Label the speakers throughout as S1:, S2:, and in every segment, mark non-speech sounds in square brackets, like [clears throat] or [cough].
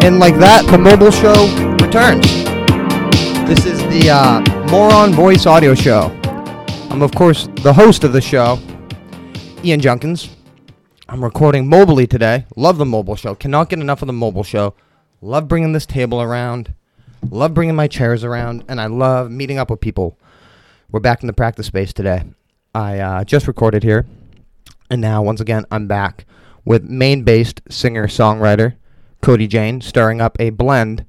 S1: And like that, the mobile show returns. This is the uh, Moron Voice Audio Show. I'm, of course, the host of the show, Ian Junkins. I'm recording mobily today. Love the mobile show. Cannot get enough of the mobile show. Love bringing this table around. Love bringing my chairs around. And I love meeting up with people. We're back in the practice space today. I uh, just recorded here. And now, once again, I'm back with Maine based singer songwriter Cody Jane, stirring up a blend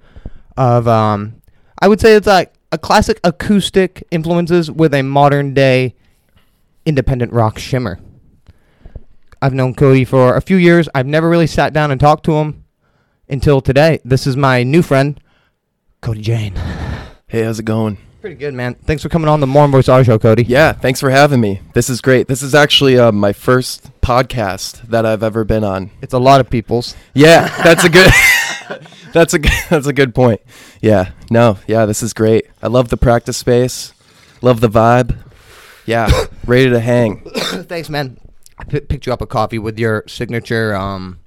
S1: of, um, I would say it's like a classic acoustic influences with a modern day independent rock shimmer. I've known Cody for a few years. I've never really sat down and talked to him until today. This is my new friend, Cody Jane.
S2: Hey, how's it going?
S1: Pretty good, man. Thanks for coming on the Morning Voice Audio Show, Cody.
S2: Yeah, thanks for having me. This is great. This is actually uh, my first podcast that I've ever been on.
S1: It's a lot of people's. [clears throat]
S2: Yeah, that's a good. [laughs] that's a good, [laughs] that's a good point. Yeah, no, yeah, this is great. I love the practice space. Love the vibe. Yeah, ready to hang.
S1: Thanks, man. I p- picked you up a coffee with your signature, um,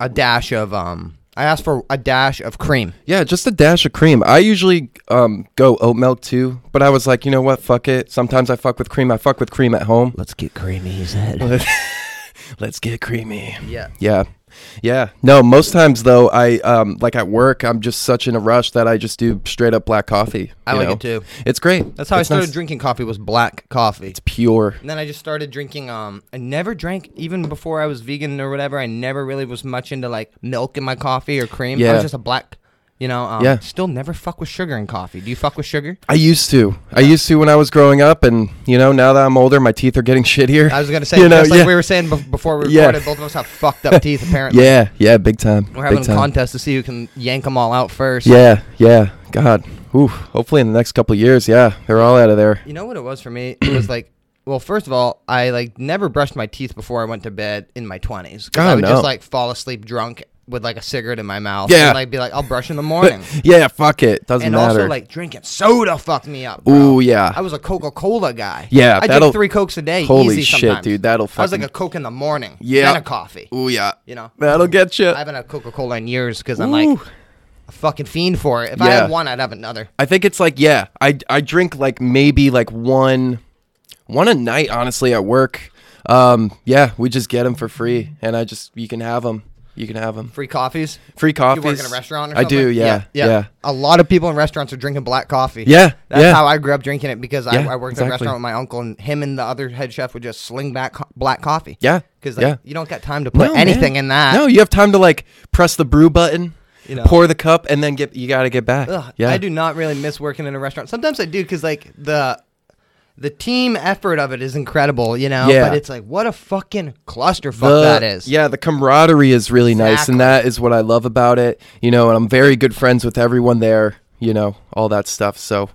S1: a dash of, um, I asked for a dash of cream.
S2: Yeah, just a dash of cream. I usually um, go oat milk too, but I was like, you know what? Fuck it. Sometimes I fuck with cream. I fuck with cream at home.
S1: Let's get creamy, he said.
S2: Let's get creamy.
S1: [laughs] Yeah.
S2: Yeah. Yeah. No, most times though, I um like at work, I'm just such in a rush that I just do straight up black coffee.
S1: I
S2: you
S1: like
S2: know?
S1: it too.
S2: It's great.
S1: That's how I
S2: It's
S1: started
S2: nice.
S1: drinking coffee was black coffee.
S2: It's pure.
S1: And then I just started drinking. Um, I never drank even before I was vegan or whatever. I never really was much into like milk in my coffee or cream. I
S2: Yeah.
S1: was just a black, you know. Um,
S2: Yeah.
S1: Still never fuck with sugar in coffee. Do you fuck with sugar?
S2: I used to. I used to when I was growing up, and you know, now that I'm older, my teeth are getting [laughs] shittier.
S1: I was gonna say
S2: you know,
S1: just like
S2: yeah.
S1: we were saying bef- before we
S2: Yeah.
S1: recorded. Both of us have fucked up teeth apparently.
S2: yeah, yeah, big time.
S1: We're having
S2: big
S1: a
S2: time.
S1: contest to see who can yank them all out first.
S2: Yeah, yeah. God. Ooh. Hopefully, in the next couple years, yeah, they're all out of there.
S1: You know what it was for me? It was like, well, first of all, I like never brushed my teeth before I went to bed in my twenties. I
S2: Oh,
S1: would
S2: no.
S1: just like fall asleep drunk with like a cigarette in my mouth.
S2: Yeah.
S1: and like be like, I'll brush in the morning.
S2: Yeah, fuck it. Doesn't
S1: and
S2: matter.
S1: also like drinking soda fucked me up. Bro.
S2: Ooh, yeah.
S1: I was a Coca Cola guy.
S2: Yeah,
S1: I
S2: that'll-
S1: drink three cokes a day.
S2: Holy
S1: easy
S2: shit,
S1: sometimes.
S2: dude, that'll
S1: I was like
S2: fucking-
S1: a coke in the morning.
S2: Yeah.
S1: then a coffee.
S2: Ooh, yeah.
S1: You know,
S2: That'll get you.
S1: I haven't had Coca Cola in years because I'm like
S2: Ooh.
S1: a fucking fiend for it. If I
S2: Yeah.
S1: had one, I'd have another.
S2: I think it's like yeah, I I drink like maybe like one one a night honestly at work. Um yeah, we just get them for free and I just you can have them. You can have them.
S1: Free coffees.
S2: Free coffee.
S1: You work in a restaurant or
S2: I
S1: something?
S2: do, yeah. Yeah. Yeah.
S1: A lot of people in restaurants are drinking black coffee.
S2: Yeah,
S1: That's
S2: yeah.
S1: how I grew up drinking it because
S2: Yeah,
S1: I, I worked in a
S2: exactly.
S1: restaurant with my uncle, and him and the other head chef would just sling back co- black coffee.
S2: Yeah,
S1: Because like,
S2: yeah.
S1: you don't got time to put
S2: No,
S1: anything
S2: man.
S1: in that.
S2: No, you have time to like press the brew button,
S1: You know.
S2: pour the cup and then get you got to get back.
S1: Ugh,
S2: yeah.
S1: I do not really miss working in a restaurant. Sometimes I do because like the the team effort of it is incredible, you know.
S2: Yeah.
S1: But it's like what a fucking clusterfuck
S2: The-
S1: that is.
S2: Yeah, the camaraderie is really nice, and that is what I love about it. You know, and I'm very good friends with everyone there. You know, all that stuff. So,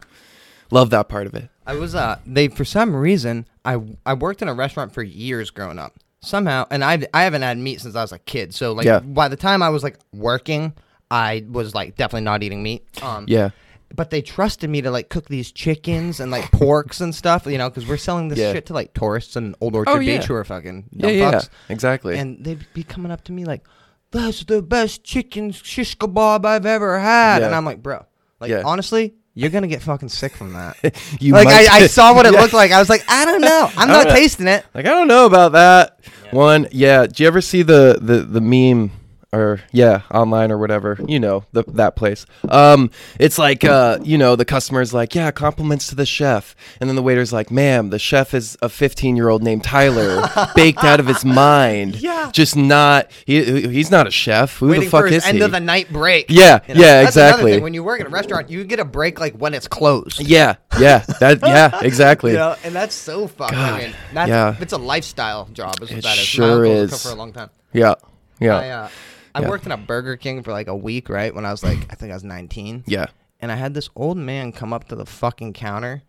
S2: love that part of it.
S1: I was uh they for some reason I I worked in a restaurant for years growing up somehow and I I haven't had meat since I was a kid so like
S2: Yeah.
S1: by the time I was like working I was like definitely not eating meat um
S2: Yeah.
S1: but they trusted me to like cook these chickens and like porks and stuff you know because we're selling this
S2: Yeah.
S1: shit to like tourists and Old Orchard
S2: Oh, yeah.
S1: Beach who are fucking
S2: Yeah,
S1: dumb
S2: yeah,
S1: fucks.
S2: exactly.
S1: and they'd be coming up to me like that's the best chicken shish kebab I've ever had
S2: Yeah.
S1: and I'm like bro like
S2: Yeah.
S1: honestly you're gonna get fucking sick from that
S2: [laughs] you
S1: like
S2: might-
S1: I, I saw what it
S2: Yeah.
S1: looked like. I was like, I don't know. I'm
S2: I
S1: not
S2: don't know.
S1: tasting it.
S2: Like I don't know about that one. Yeah. Do you ever see the the the meme or yeah online or whatever? You know the, that place. Um, it's like uh, you know the customer's like yeah compliments to the chef, and then the waiter's like ma'am the chef is a 15 year old
S1: [laughs]
S2: named Tyler baked out of his mind.
S1: Yeah.
S2: Just not he he's not a chef. Who
S1: Waiting
S2: the fuck
S1: for
S2: is
S1: his end
S2: he?
S1: of the night break.
S2: Yeah, yeah,
S1: That's another
S2: exactly.
S1: thing. When you work at a restaurant, you get a break like when it's closed.
S2: yeah. Yeah.
S1: [laughs]
S2: That. Yeah. Exactly.
S1: You know, and that's so fucked. I
S2: God,
S1: mean, that's,
S2: yeah.
S1: it's a lifestyle job. Is what
S2: It
S1: that is. My
S2: sure
S1: uncle was a
S2: is.
S1: cook For a long time.
S2: Yeah. Yeah.
S1: I, uh, I
S2: Yeah.
S1: worked in a Burger King for like a week, right? When I was like, I think I was 19.
S2: yeah.
S1: and I had this old man come up to the fucking counter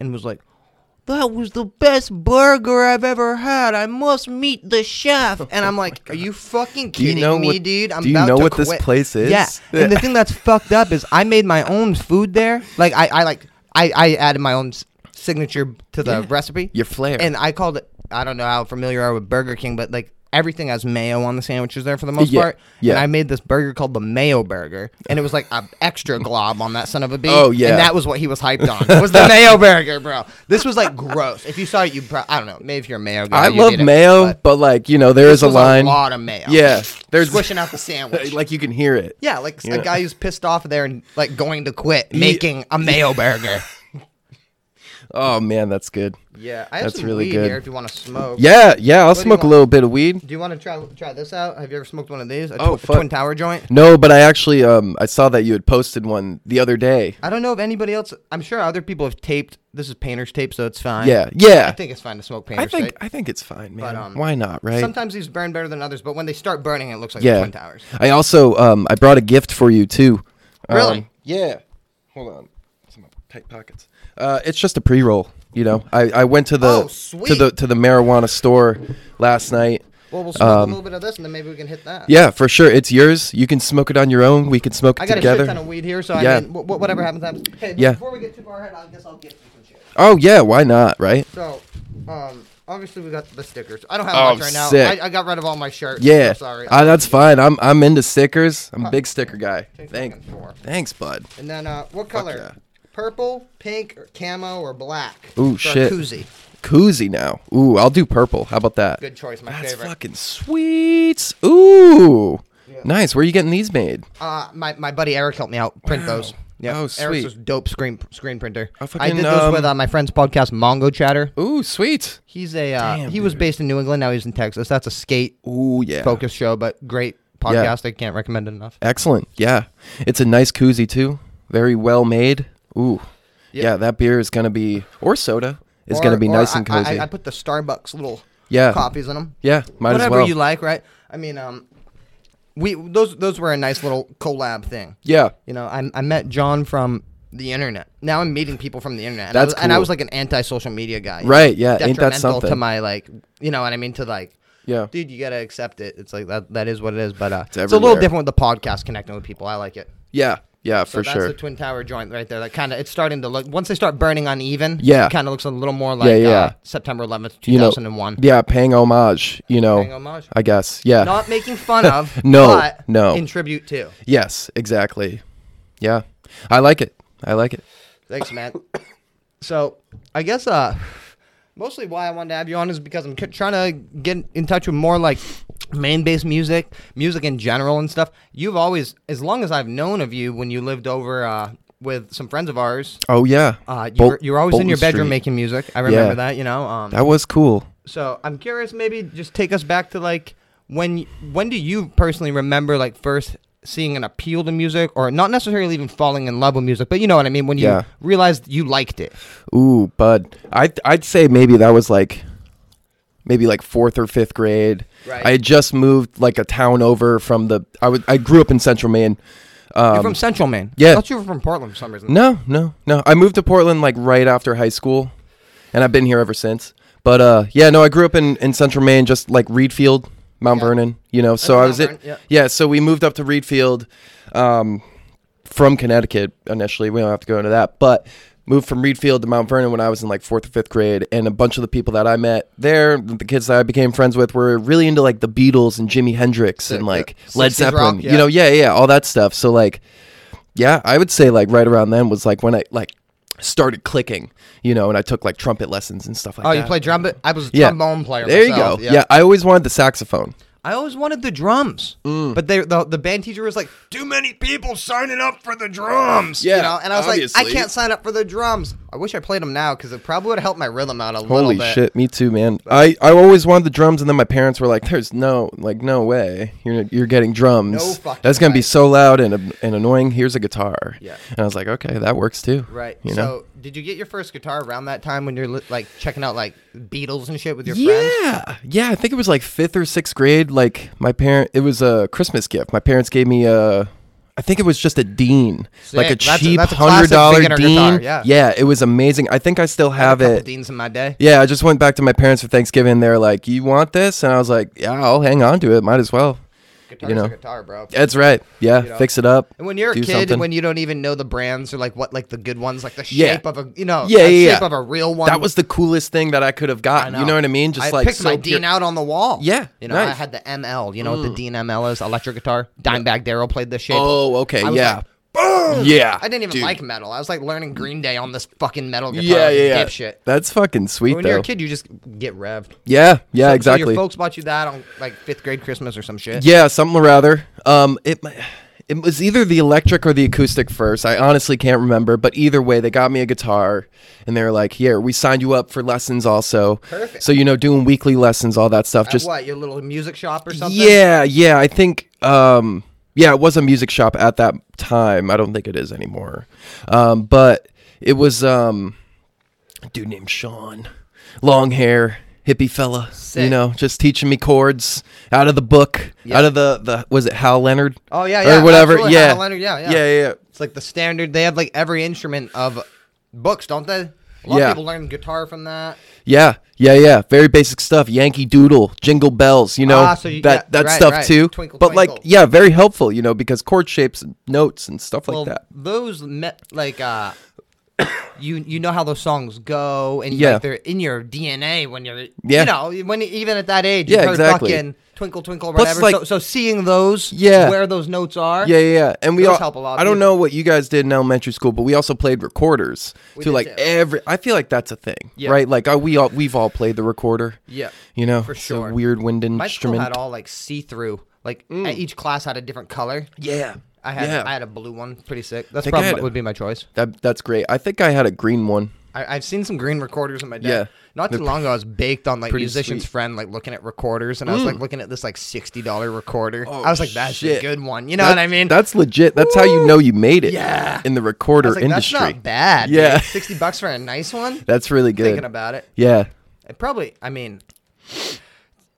S1: and was like, "That was the best burger I've ever had. I must meet the chef."
S2: [laughs]
S1: And I'm like, "Are you fucking
S2: you
S1: kidding
S2: know
S1: me,
S2: what-
S1: dude? I'm
S2: do you
S1: about
S2: know
S1: to
S2: what this
S1: quit."
S2: place is? [laughs]
S1: Yeah. And the thing that's fucked up is I made my own food there. Like I, I like I, I added my own s- signature to the recipe.
S2: Your flair.
S1: And I called it. I don't know how familiar you are with Burger King, but like everything has mayo on the sandwiches there for the most
S2: Yeah,
S1: part.
S2: yeah.
S1: And I made this burger called the Mayo Burger, and it was like an extra glob on that son of a bee.
S2: Oh, yeah.
S1: And that was what he was hyped [laughs] on. Was the Mayo Burger, bro? This was like gross. If you saw it, you pro- I don't know. Maybe if you're a mayo guy,
S2: I
S1: you'd
S2: love
S1: eat it,
S2: mayo,
S1: but
S2: but, like you know, there
S1: this
S2: is a
S1: was
S2: line.
S1: A lot of mayo.
S2: yeah, there's
S1: squishing [laughs] out the sandwich.
S2: like you can hear it.
S1: Yeah, like
S2: Yeah.
S1: a guy who's pissed off there and like going to quit making a mayo burger.
S2: Oh man, that's good.
S1: [laughs] Yeah, I have
S2: That's
S1: some
S2: really
S1: weed
S2: good.
S1: here if you want to smoke.
S2: Yeah, yeah. I'll
S1: do you
S2: smoke a
S1: want?
S2: little bit of weed.
S1: Do you want to try try this out? Have you ever smoked one of these? A
S2: Oh,
S1: tw-
S2: fuck.
S1: Twin Tower joint.
S2: No, but I actually um I saw that you had posted one the other day.
S1: I don't know if anybody else. I'm sure other people have taped. This is painter's tape, so it's fine.
S2: Yeah, yeah.
S1: I think it's fine to smoke
S2: I
S1: painter's
S2: think
S1: tape.
S2: I think it's fine, man.
S1: But, um,
S2: Why not, right?
S1: Sometimes these burn better than others, but when they start burning, it looks like
S2: yeah.
S1: Twin Towers.
S2: I also um I brought a gift for you too. Um,
S1: Really?
S2: yeah. Hold on. It's in my tight pockets. Uh, it's just a pre roll. You know, I, I went to
S1: Oh,
S2: the to
S1: sweet.
S2: the to the marijuana store last night.
S1: Well, we'll smoke
S2: Um,
S1: a little bit of this, and then maybe we can hit that.
S2: Yeah, for sure. It's yours. You can smoke it on your own. We can smoke it
S1: I got
S2: together.
S1: a shit ton of weed here, so
S2: Yeah.
S1: I mean, wh- wh- whatever happens, happens. Hey,
S2: Yeah.
S1: before we get too far ahead, I guess I'll get you some shit.
S2: oh yeah, why not? Right?
S1: So, um, obviously we got the stickers. I don't have
S2: Oh,
S1: much right
S2: sick.
S1: now. I, I got rid of all my shirts.
S2: Yeah.
S1: I'm sorry.
S2: Ah, that's fine. I'm I'm into stickers. I'm a big sticker guy.
S1: Take
S2: Thanks.
S1: fucking four.
S2: Thanks, bud.
S1: And then, uh, what color?
S2: yeah.
S1: Purple, pink, or camo, or black?
S2: Ooh,
S1: for a
S2: shit.
S1: koozie.
S2: Koozie now. Ooh, I'll do purple. How about that?
S1: Good choice, my
S2: That's
S1: favorite.
S2: fucking sweet. Ooh.
S1: Yeah.
S2: Nice. Where are you getting these made?
S1: Uh, my, my buddy Eric helped me out print those. Yeah,
S2: Oh, sweet.
S1: Eric's this dope screen screen printer.
S2: Oh,
S1: I
S2: fucking,
S1: did those
S2: um,
S1: with uh, my friend's podcast Mongo Chatter.
S2: Ooh, sweet.
S1: He's a uh,
S2: Damn,
S1: he was
S2: dude.
S1: based in New England. Now he's in Texas. That's a skate
S2: Ooh, yeah.
S1: focused show, but great podcast. I can't recommend it enough.
S2: Excellent. Yeah. It's a nice koozie too. Very well made. Ooh. Yeah, that beer is gonna be or soda is
S1: Or-
S2: gonna be
S1: or
S2: nice
S1: I-
S2: and
S1: I-
S2: cozy.
S1: I, I put the Starbucks little
S2: Yeah.
S1: coffees in them.
S2: yeah, might
S1: whatever
S2: as well.
S1: you like, right? I mean, um, we those those were a nice little collab thing.
S2: yeah.
S1: You know, I, I met John from the internet. Now I'm meeting people from the internet. And I
S2: That's
S1: was, And I
S2: cool.
S1: was like an anti-social media guy.
S2: Right, yeah, ain't that
S1: Detrimental
S2: something?
S1: to my like, you know what I mean? To like,
S2: Yeah.
S1: dude, you gotta accept it. It's like that. That is what it is. But uh, it's, a
S2: everywhere.
S1: little different with the podcast connecting with people. I like it.
S2: Yeah. Yeah,
S1: So
S2: for
S1: that's
S2: sure.
S1: the twin tower joint right there. That kind of it's starting to look. Once they start burning uneven,
S2: Yeah.
S1: it kind of looks a little more like
S2: yeah.
S1: Uh, September 11th, 2001.
S2: Yeah, paying homage, you know.
S1: Paying homage.
S2: I guess. Yeah.
S1: Not making
S2: [laughs]
S1: fun of.
S2: No,
S1: but
S2: no.
S1: In tribute to.
S2: yes, exactly. Yeah. I like it. I like it.
S1: Thanks, man. [coughs] So, I guess uh, mostly why I wanted to have you on is because I'm c- trying to get in touch with more like main-based music, music in general and stuff. You've always, as long as I've known of you, when you lived over uh, with some friends of ours,
S2: Oh yeah.
S1: uh, you,
S2: Bol-
S1: were, you were always in
S2: Bolton
S1: your bedroom
S2: Street.
S1: making music. I remember
S2: Yeah.
S1: that, you know. Um,
S2: That was cool.
S1: so I'm curious, maybe just take us back to like when y- when do you personally remember like first seeing an appeal to music or not necessarily even falling in love with music, but you know what I mean when you
S2: Yeah.
S1: realized you liked it.
S2: Ooh, bud. I I'd say maybe that was like maybe like 4th or 5th grade.
S1: Right.
S2: I had just moved like a town over from the I was I grew up in Central Maine. Um,
S1: You're from Central Maine.
S2: yeah.
S1: I thought you were from Portland for some reason.
S2: No, no, no. I moved to Portland like right after high school, and I've been here ever since. But uh, yeah, no, I grew up in, in Central Maine, just like Reedfield, Mount
S1: Yeah.
S2: Vernon. You know, so
S1: know
S2: I
S1: Mount
S2: was it.
S1: Vernon, yeah.
S2: so we moved up to Reedfield, um, from Connecticut initially. We don't have to go into that, but moved from Reedfield to Mount Vernon when I was in like fourth or fifth grade, and a bunch of the people that I met there, the kids that I became friends with, were really into like the Beatles and Jimi Hendrix and
S1: the
S2: like
S1: 60s rock,
S2: Led Zeppelin.
S1: yeah.
S2: You know, yeah, yeah, all that stuff. So like yeah, I would say like right around then was like when I like started clicking, you know, and I took like trumpet lessons and stuff like
S1: Oh,
S2: that.
S1: you play trumpet? I was a
S2: Yeah.
S1: trombone player.
S2: There
S1: myself,
S2: you go. Yeah. I always wanted the saxophone.
S1: I always wanted the drums,
S2: Mm.
S1: but they, the the band teacher was like, "Too many people signing up for the drums."
S2: Yeah,
S1: you know? and I was like,
S2: obviously.
S1: "I can't sign up for the drums." I wish I played them now because it probably would have helped my rhythm out a little
S2: Holy
S1: bit.
S2: shit, me too, man. I, I always wanted the drums, and then my parents were like, "There's no like no way you're you're getting drums.
S1: No fucking
S2: That's gonna
S1: way."
S2: be so loud and an- and annoying. Here's a guitar."
S1: Yeah.
S2: and I was like, "Okay, that works too."
S1: Right.
S2: You
S1: so,
S2: know.
S1: did you get your first guitar around that time when you're li- like checking out like Beatles and shit with your friends?
S2: Yeah, yeah. I think it was like fifth or sixth grade. Like my parent, it was a Christmas gift. My parents gave me a. I think it was just a Dean, like
S1: Sick.
S2: a
S1: That's a-
S2: cheap
S1: that's a
S2: hundred
S1: classic
S2: dollar Dean.
S1: beginner guitar, yeah.
S2: it was amazing. I think I still have
S1: a couple
S2: it.
S1: Deans in my day.
S2: Yeah, I just went back to my parents for Thanksgiving. They're like, "You want this?" And I was like, "Yeah, I'll hang on to it. Might as well."
S1: guitar's
S2: You know.
S1: a guitar, bro.
S2: That's right. Yeah,
S1: You know.
S2: fix it up.
S1: And when you're a
S2: do
S1: kid
S2: something.
S1: and when you don't even know the brands or like what like the good ones, like the
S2: Yeah.
S1: shape of a you know, the
S2: Yeah, yeah,
S1: shape
S2: yeah.
S1: of a real one.
S2: that was the coolest thing that I could have gotten. You know what I mean? Just
S1: I
S2: like
S1: picked my
S2: so pure-
S1: Dean out on the wall.
S2: Yeah,
S1: you know I
S2: nice. Mm.
S1: had the ML. You know what the Dean ML is? Electric guitar. Dimebag Daryl played this shape.
S2: Oh, okay.
S1: I was
S2: Yeah.
S1: like,
S2: Yeah.
S1: I didn't even
S2: dude.
S1: like metal. I was like learning Green Day on this fucking metal guitar.
S2: Yeah, yeah, yeah.
S1: Dipshit.
S2: That's fucking sweet
S1: When
S2: though.
S1: you're a kid, you just get revved.
S2: Yeah, yeah,
S1: So- so
S2: exactly.
S1: your folks bought you that on like fifth grade Christmas or some shit.
S2: Yeah, something or rather. Um, it mi- it was either the electric or the acoustic first. I honestly can't remember, but either way, they got me a guitar, and they were like, "Here, we signed you up for lessons also.
S1: Perfect.
S2: So you know, doing weekly lessons, all that stuff.
S1: At
S2: Just
S1: what your little music shop or something?
S2: yeah, yeah. I think um, yeah, it was a music shop at that time. I don't think it is anymore, um, but it was um, a dude named Sean, long hair. Hippie fella, you
S1: Sick.
S2: know, just teaching me chords out of the book, out of the the was it Hal Leonard?
S1: Oh yeah, yeah.
S2: or whatever.
S1: absolutely.
S2: Yeah.
S1: Hannah Leonard, yeah, yeah,
S2: yeah, yeah.
S1: It's like the standard. They have like every instrument of books, don't they? A lot of
S2: Yeah.
S1: people learn guitar from that.
S2: Yeah, yeah, yeah. Very basic stuff. Yankee Doodle, Jingle Bells, you know
S1: Ah, so you-
S2: that
S1: yeah,
S2: that
S1: right,
S2: stuff
S1: right.
S2: too.
S1: Twinkle,
S2: but like,
S1: twinkle.
S2: yeah, very helpful, you know, because chord shapes, and notes, and stuff like
S1: well,
S2: that.
S1: those me- like uh, [coughs] you you know how those songs go, and
S2: Yeah.
S1: like, they're in your DNA when you're
S2: Yeah.
S1: you know when even at that age.
S2: Yeah,
S1: you heard
S2: exactly.
S1: Fucking twinkle twinkle or
S2: Plus,
S1: whatever.
S2: like-
S1: so, so seeing those,
S2: Yeah.
S1: where those notes are.
S2: Yeah, yeah, yeah. And we
S1: Those
S2: all,
S1: help a lot,
S2: I don't
S1: too.
S2: know what you guys did in elementary school, but we also played recorders to
S1: did
S2: like
S1: too.
S2: every. I feel like that's a thing,
S1: Yeah.
S2: right? Like I, we all we've all played the recorder.
S1: Yeah,
S2: you know,
S1: for
S2: it's a
S1: sure.
S2: weird wind
S1: My school
S2: instrument. Mm.
S1: had all like see through. Like each class had a different color.
S2: yeah,
S1: I had
S2: Yeah.
S1: I had a blue one, pretty sick. That's
S2: Think I
S1: probably
S2: had a-
S1: would be my choice.
S2: that, that's great. I think I had a green one.
S1: I, I've seen some green recorders in my day.
S2: Yeah.
S1: Not too long ago, I was baked on like
S2: pretty
S1: musician's
S2: sweet. Mm.
S1: friend, like looking at recorders, and I was like looking at this like sixty dollar recorder. I was like, that's
S2: Oh, shit.
S1: a good one. You know
S2: That-
S1: what I mean?
S2: That's legit. That's how you know you made it.
S1: Yeah.
S2: in the
S1: I
S2: recorder
S1: was like,
S2: industry.
S1: That's not bad. dude.
S2: Yeah. [laughs]
S1: sixty bucks for a nice one.
S2: That's really good.
S1: Thinking about it,
S2: yeah.
S1: it probably. I mean,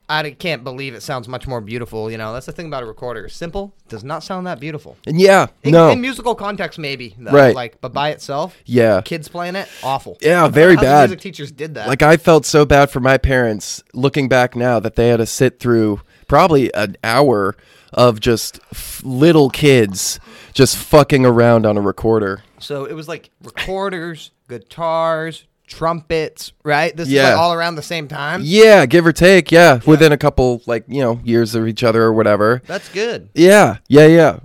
S1: I d- can't believe it sounds much more beautiful. You know, that's the thing about a recorder. Simple does not sound that beautiful.
S2: And yeah.
S1: In,
S2: no.
S1: in musical context, maybe though.
S2: Right.
S1: Like, but by itself,
S2: yeah.
S1: kids playing it, awful.
S2: Yeah, very
S1: How the
S2: bad.
S1: music teachers did that.
S2: Like I felt so bad for my parents looking back now that they had to sit through probably an hour of just f- little kids just fucking around on a recorder.
S1: So it was like recorders, guitars, trumpets, right? This is
S2: Yeah.
S1: like all around the same time.
S2: Yeah, give or take. Yeah, within a couple like, you know, years of each other or whatever.
S1: That's good.
S2: Yeah. Yeah, yeah.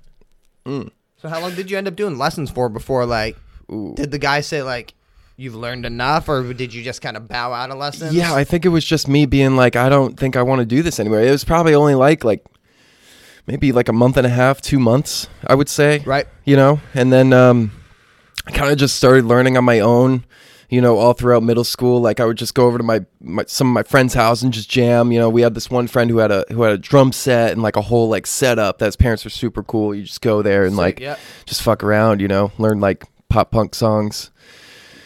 S1: So how long did you end up doing lessons for before like
S2: Ooh.
S1: did the guy say like you've learned enough or did you just kind of bow out of lessons?
S2: Yeah, I think it was just me being like, I don't think I want to do this anymore. It was probably only like like maybe like a month and a half, two months, I would say.
S1: Right.
S2: You know, and then um, I kind of just started learning on my own. You know, all throughout middle school, like I would just go over to my, my some of my friends' house and just jam. You know, we had this one friend who had a who had a drum set and like a whole like setup that his parents were super cool. You just go there and like
S1: yep.
S2: just fuck around. You know, learn like pop punk songs.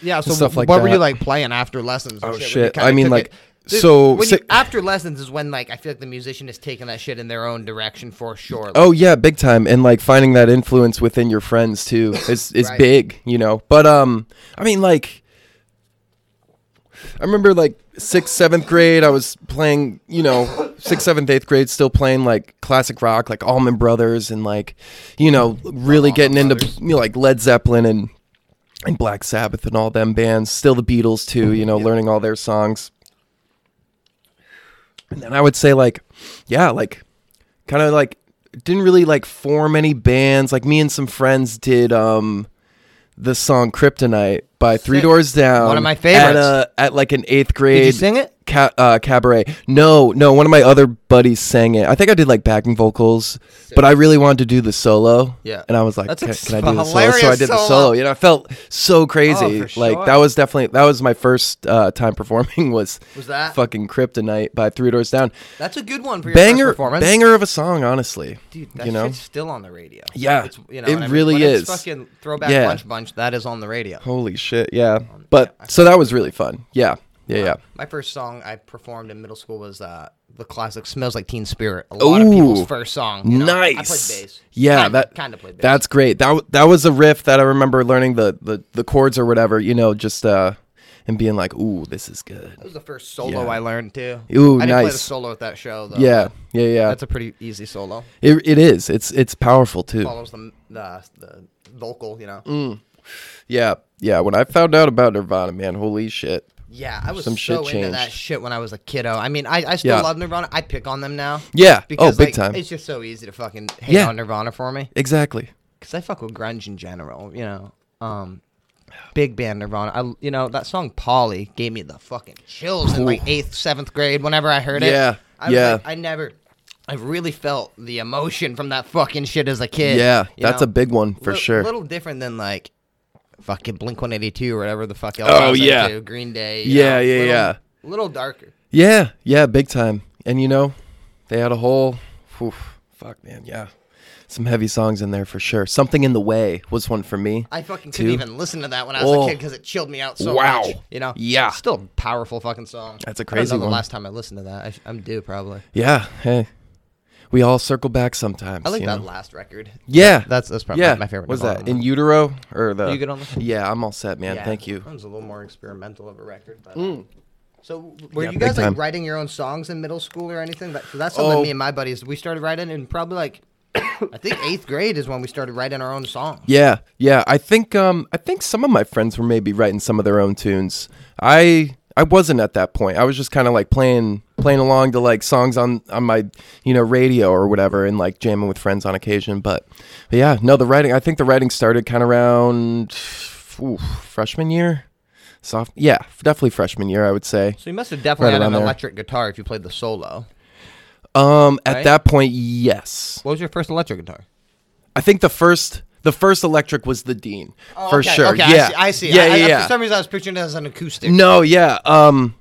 S1: Yeah, so
S2: stuff like
S1: what were
S2: that.
S1: you like playing after lessons? and
S2: Oh,
S1: shit? when
S2: shit.
S1: you kinda
S2: I mean,
S1: took
S2: like,
S1: it- Th-
S2: so
S1: when
S2: si-
S1: you, after lessons is when like I feel like the musician is taking that shit in their own direction for sure. Like,
S2: Oh yeah, big time, and like finding that influence within your friends too is is
S1: Right.
S2: big, you know. But um, I mean, like, I remember like sixth, seventh grade, I was playing, you know, sixth, seventh, eighth grade, still playing like classic rock, like Allman Brothers, and like, you know, really getting into you know, like Led Zeppelin and and Black Sabbath and all them bands, still the Beatles too, you know, learning all their songs. And then I would say like, yeah, like kind of like didn't really like form any bands. Like me and some friends did um the song Kryptonite by Three
S1: Sick.
S2: Doors Down.
S1: One of my favorites.
S2: At, uh, at like an eighth grade.
S1: Did you sing it?
S2: Ca- uh, cabaret. No, no. One of my other buddies sang it. I think I did like backing vocals, but I really wanted to do the solo.
S1: Yeah.
S2: And I was like,
S1: That's a
S2: can,
S1: s-
S2: can I do the solo? So I
S1: hilarious
S2: did the
S1: solo.
S2: solo. You know, I felt so crazy.
S1: Oh, for
S2: Like
S1: sure.
S2: that was definitely that was my first uh, time performing. [laughs] Was
S1: Was that-
S2: fucking Kryptonite by Three Doors Down?
S1: That's a good one for your Ah. first
S2: banger
S1: performance.
S2: banger of a song honestly
S1: Dude, that
S2: you know
S1: shit's still on the radio.
S2: Yeah,
S1: It's- you know
S2: it
S1: what I mean?
S2: really
S1: When it's
S2: is.
S1: fucking throwback
S2: Yeah. Oh,
S1: lunch bunch. That is on the radio.
S2: holy shit yeah
S1: Um,
S2: but so that was really fun yeah yeah yeah
S1: My first song I performed in middle school was uh, the classic "Smells Like Teen Spirit." A lot of
S2: Ooh.
S1: people's first song. you know?
S2: nice
S1: I played bass.
S2: yeah
S1: kind
S2: that
S1: kind of played bass.
S2: that's great that w- that was a riff that i remember learning the the, the chords or whatever you know just uh and being like, "Ooh, this is good."
S1: That was the first solo
S2: Yeah.
S1: I learned too.
S2: Ooh,
S1: I didn't play the
S2: nice.
S1: solo at that show though.
S2: yeah, yeah, yeah.
S1: That's a pretty easy solo.
S2: it, it is. It's it's powerful too.
S1: Follows the the, the vocal, you know.
S2: Yeah, yeah. When I found out about Nirvana, man, holy shit.
S1: Yeah, I was
S2: Some shit
S1: so into that
S2: changed.
S1: shit when I was a kiddo. I mean, I, I still
S2: Yeah.
S1: love Nirvana. I pick on them now.
S2: Yeah.
S1: Because,
S2: oh, big
S1: like,
S2: time.
S1: It's just so easy to fucking hate
S2: Yeah.
S1: on Nirvana for me.
S2: Exactly.
S1: because I fuck with grunge in general, you know. Um, big band Nirvana. I, you know, that song Polly gave me the fucking chills in like
S2: Oof.
S1: eighth, seventh grade. Whenever I heard it,
S2: Yeah,
S1: I was
S2: yeah.
S1: like, I never, I really felt the emotion from that fucking shit as a kid.
S2: yeah,
S1: you
S2: that's
S1: know?
S2: a big one for
S1: Li-
S2: sure.
S1: Little different than like fucking Blink One Eighty Two or whatever the fuck else.
S2: Oh,
S1: I was
S2: yeah.
S1: into, Green Day. you
S2: Yeah,
S1: know,
S2: yeah,
S1: little,
S2: yeah.
S1: Little darker.
S2: yeah, yeah, big time. And you know, they had a whole, whew, fuck, man, yeah, some heavy songs in there for sure. Something in the way was one for me.
S1: I fucking couldn't
S2: Two.
S1: even listen to that when I was a
S2: Oh.
S1: kid because it chilled me out so
S2: Wow.
S1: much. You know?
S2: Yeah.
S1: Still a powerful fucking song.
S2: That's
S1: I
S2: a
S1: don't
S2: crazy
S1: know the
S2: one.
S1: last time I listened to that. I, sh- I'm due probably.
S2: yeah, hey, we all circle back sometimes.
S1: I like
S2: you
S1: that
S2: know?
S1: last record.
S2: Yeah,
S1: That's that's probably
S2: yeah.
S1: my favorite.
S2: Was
S1: Nirvana
S2: that
S1: one.
S2: in utero or the?
S1: You good on this?
S2: Yeah, I'm all set, man.
S1: Yeah, Hmm.
S2: Thank you.
S1: That was a little more experimental of a record, but. So were
S2: Yeah,
S1: you
S2: big
S1: guys like
S2: time.
S1: writing your own songs in middle school or anything? That, 'cause that's something
S2: Oh.
S1: me and my buddies we started writing in probably like [coughs] I think eighth grade is when we started writing our own songs.
S2: Yeah, yeah. I think um, I think some of my friends were maybe writing some of their own tunes. I I wasn't at that point. I was just kind of like playing playing along to like songs on on my you know radio or whatever, and like jamming with friends on occasion. But, but yeah, no, the writing. I think the writing started kind of around ooh, freshman year, soft. Yeah, definitely freshman year. I would say.
S1: So you must have definitely
S2: Right
S1: had an
S2: around there.
S1: electric guitar if you played the solo.
S2: Um, at
S1: Right?
S2: that point, yes.
S1: What was your first electric guitar?
S2: I think the first the first electric was the dean
S1: Oh,
S2: for
S1: okay,
S2: sure.
S1: Okay,
S2: yeah,
S1: I see. I see.
S2: Yeah,
S1: I, I-
S2: yeah, yeah.
S1: For some reason, I was picturing it as an acoustic.
S2: No, yeah. Um,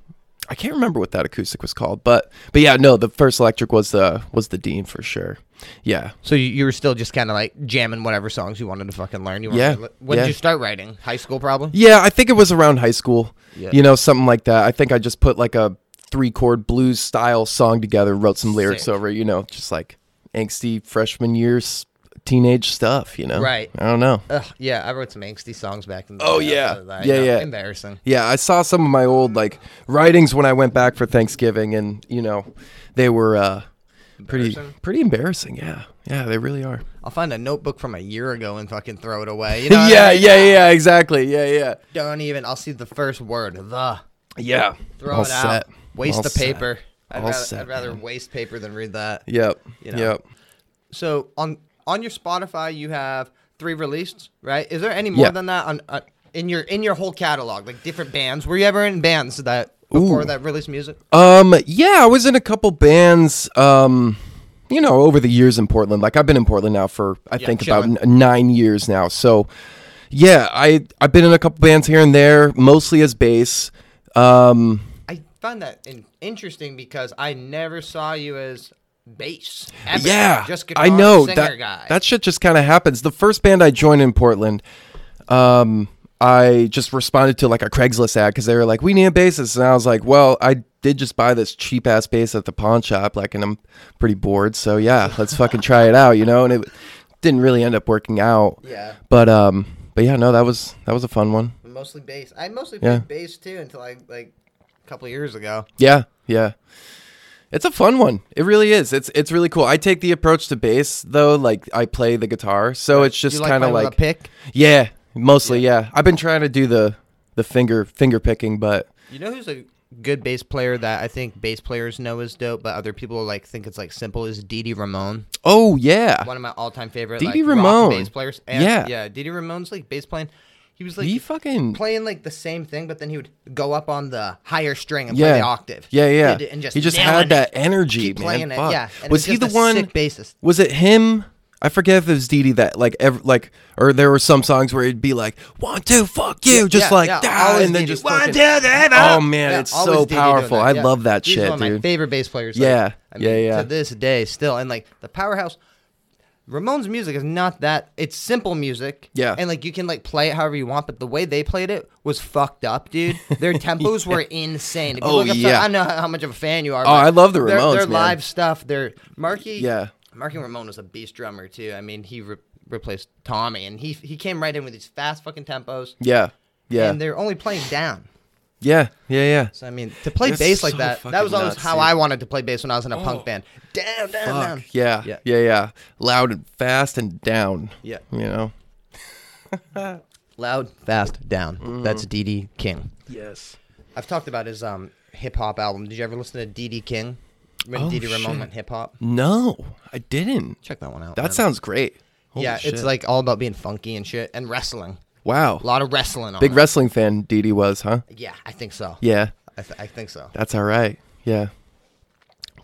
S2: I can't remember what that acoustic was called, but but yeah, no, the first electric was the was the Dean for sure. Yeah,
S1: So you, you were still just kind of like jamming whatever songs you wanted to fucking learn. You weren't
S2: Yeah,
S1: really- When
S2: yeah.
S1: did you start writing? High school, probably.
S2: yeah. I think it was around high school.
S1: Yeah.
S2: You know, something like that. I think I just put like a three chord blues style song together, wrote some lyrics
S1: Sick.
S2: over. it, You know, just like angsty freshman years, teenage stuff. You know,
S1: Right.
S2: I don't know.
S1: Ugh, yeah, I wrote some angsty songs back in the
S2: Oh,
S1: day
S2: yeah.
S1: after that,
S2: Yeah,
S1: you know,
S2: yeah.
S1: Embarrassing.
S2: Yeah, I saw some of my old like writings when I went back for Thanksgiving, and you know, they were uh, pretty
S1: Embarrassing?
S2: pretty embarrassing. Yeah, yeah, they really are.
S1: I'll find a notebook from a year ago and fucking throw it
S2: [laughs]
S1: away. You know what I
S2: yeah,
S1: mean?
S2: yeah, yeah, exactly. Yeah, yeah,
S1: Don't even. I'll see the first word. The.
S2: yeah.
S1: Throw it out. Waste
S2: All
S1: the
S2: set.
S1: paper. I'd
S2: All
S1: rather,
S2: set,
S1: I'd rather
S2: man.
S1: waste paper than read that.
S2: Yep.
S1: You know.
S2: Yep.
S1: So on on your Spotify, you have three released, right? Is there any more
S2: Yeah.
S1: than that on uh, in your in your whole catalog, like different bands? Were you ever in bands that before
S2: Ooh.
S1: that released music?
S2: Um. Yeah, I was in a couple bands. Um. You know, over the years in Portland, like I've been in Portland now for I
S1: Yeah,
S2: think
S1: chillin'.
S2: about n- nine years now. So, yeah, I I've been in a couple bands here and there, mostly as bass. Um.
S1: I find that in- interesting because I never saw you as bass. ever.
S2: yeah,
S1: just guitar
S2: I know
S1: singer
S2: that
S1: guy.
S2: that shit just kind of happens. The first band I joined in Portland, um, I just responded to like a Craigslist ad because they were like, "We need a bassist," and I was like, "Well, I did just buy this cheap ass bass at the pawn shop, like, and I'm pretty bored, so yeah, let's fucking try it out," you know. And it didn't really end up working out.
S1: Yeah.
S2: But um, but yeah, no, that was that was a fun one.
S1: mostly bass. I mostly
S2: Yeah.
S1: played bass too until I like a couple years ago.
S2: Yeah, yeah. It's a fun one. It really is. It's it's really cool. I take the approach to bass though, like I play the guitar, so it's just
S1: you like
S2: kind of
S1: playing with
S2: like
S1: a pick.
S2: yeah, mostly yeah. I've been trying to do the the finger finger picking, but
S1: You know who's a good bass player that I think bass players know is dope, but other people like think it's like simple is Didi Ramon.
S2: oh yeah,
S1: one of my all-time favorite
S2: Didi
S1: like,
S2: Ramone.
S1: rock bass players. And,
S2: Yeah.
S1: yeah. Didi Ramone's like bass playing. He was like
S2: he fucking
S1: playing like the same thing, but then he would go up on the higher string and
S2: yeah
S1: play the octave.
S2: yeah yeah.
S1: Did it And just
S2: he just
S1: nailing
S2: had that
S1: it.
S2: energy,
S1: Keep
S2: man.
S1: playing it,
S2: Fuck.
S1: yeah. And it
S2: was
S1: was
S2: he the
S1: just a
S2: one?
S1: sick bassist.
S2: Was it him? I forget if it was Dee Dee that like ever like or there were some songs where it'd be like one two fuck you just
S1: Yeah,
S2: like
S1: yeah,
S2: ah,
S1: always
S2: and then
S1: Didi.
S2: just
S1: One,
S2: fucking-
S1: two, three, four.
S2: oh man
S1: Yeah,
S2: it's
S1: always
S2: so
S1: Didi doing
S2: powerful
S1: that,
S2: I
S1: yeah.
S2: love that
S1: He's
S2: shit
S1: one of my
S2: dude
S1: favorite bass players. like,
S2: Yeah,
S1: I mean,
S2: yeah, yeah.
S1: To this day, still, and like the powerhouse. Ramon's music is not that. It's simple music.
S2: Yeah.
S1: And like you can like play it however you want, but the way they played it was fucked up, dude.
S2: [laughs]
S1: Their tempos were insane. If you
S2: Oh,
S1: look up the-
S2: yeah.
S1: I don't know how much of a fan you are. Oh,
S2: I love the
S1: their,
S2: Ramones,
S1: Their
S2: man.
S1: live stuff. Their Marky.
S2: Yeah.
S1: Marky Ramone was a beast drummer too. I mean, he re- replaced Tommy, and he he came right in with these fast fucking tempos.
S2: yeah yeah
S1: And they're only playing down.
S2: Yeah, yeah, yeah.
S1: So I mean, to play
S2: That's
S1: bass like
S2: so
S1: that, that
S2: fucking
S1: was always
S2: nuts,
S1: how
S2: dude.
S1: I wanted to play bass when I was in a
S2: Oh.
S1: punk band. Down, down, down.
S2: Fuck. Yeah,
S1: Yeah.
S2: yeah, yeah, yeah. Loud and fast and down.
S1: Yeah.
S2: You know.
S1: Loud, fast, down. That's DD King.
S2: Yes.
S1: Mm. I've talked about his um hip hop album. Did you ever listen to DD King? Remember
S2: Oh,
S1: DD Ramon
S2: shit.
S1: went hip hop.
S2: No, I didn't.
S1: Check that one out.
S2: That
S1: man.
S2: sounds great. Holy
S1: yeah.
S2: shit.
S1: It's like all about being funky and shit and wrestling.
S2: wow.
S1: A lot of wrestling on
S2: Big
S1: it.
S2: wrestling fan Dee Dee was, huh?
S1: Yeah, I think so.
S2: Yeah,
S1: I, th- I think so.
S2: that's all right. Yeah.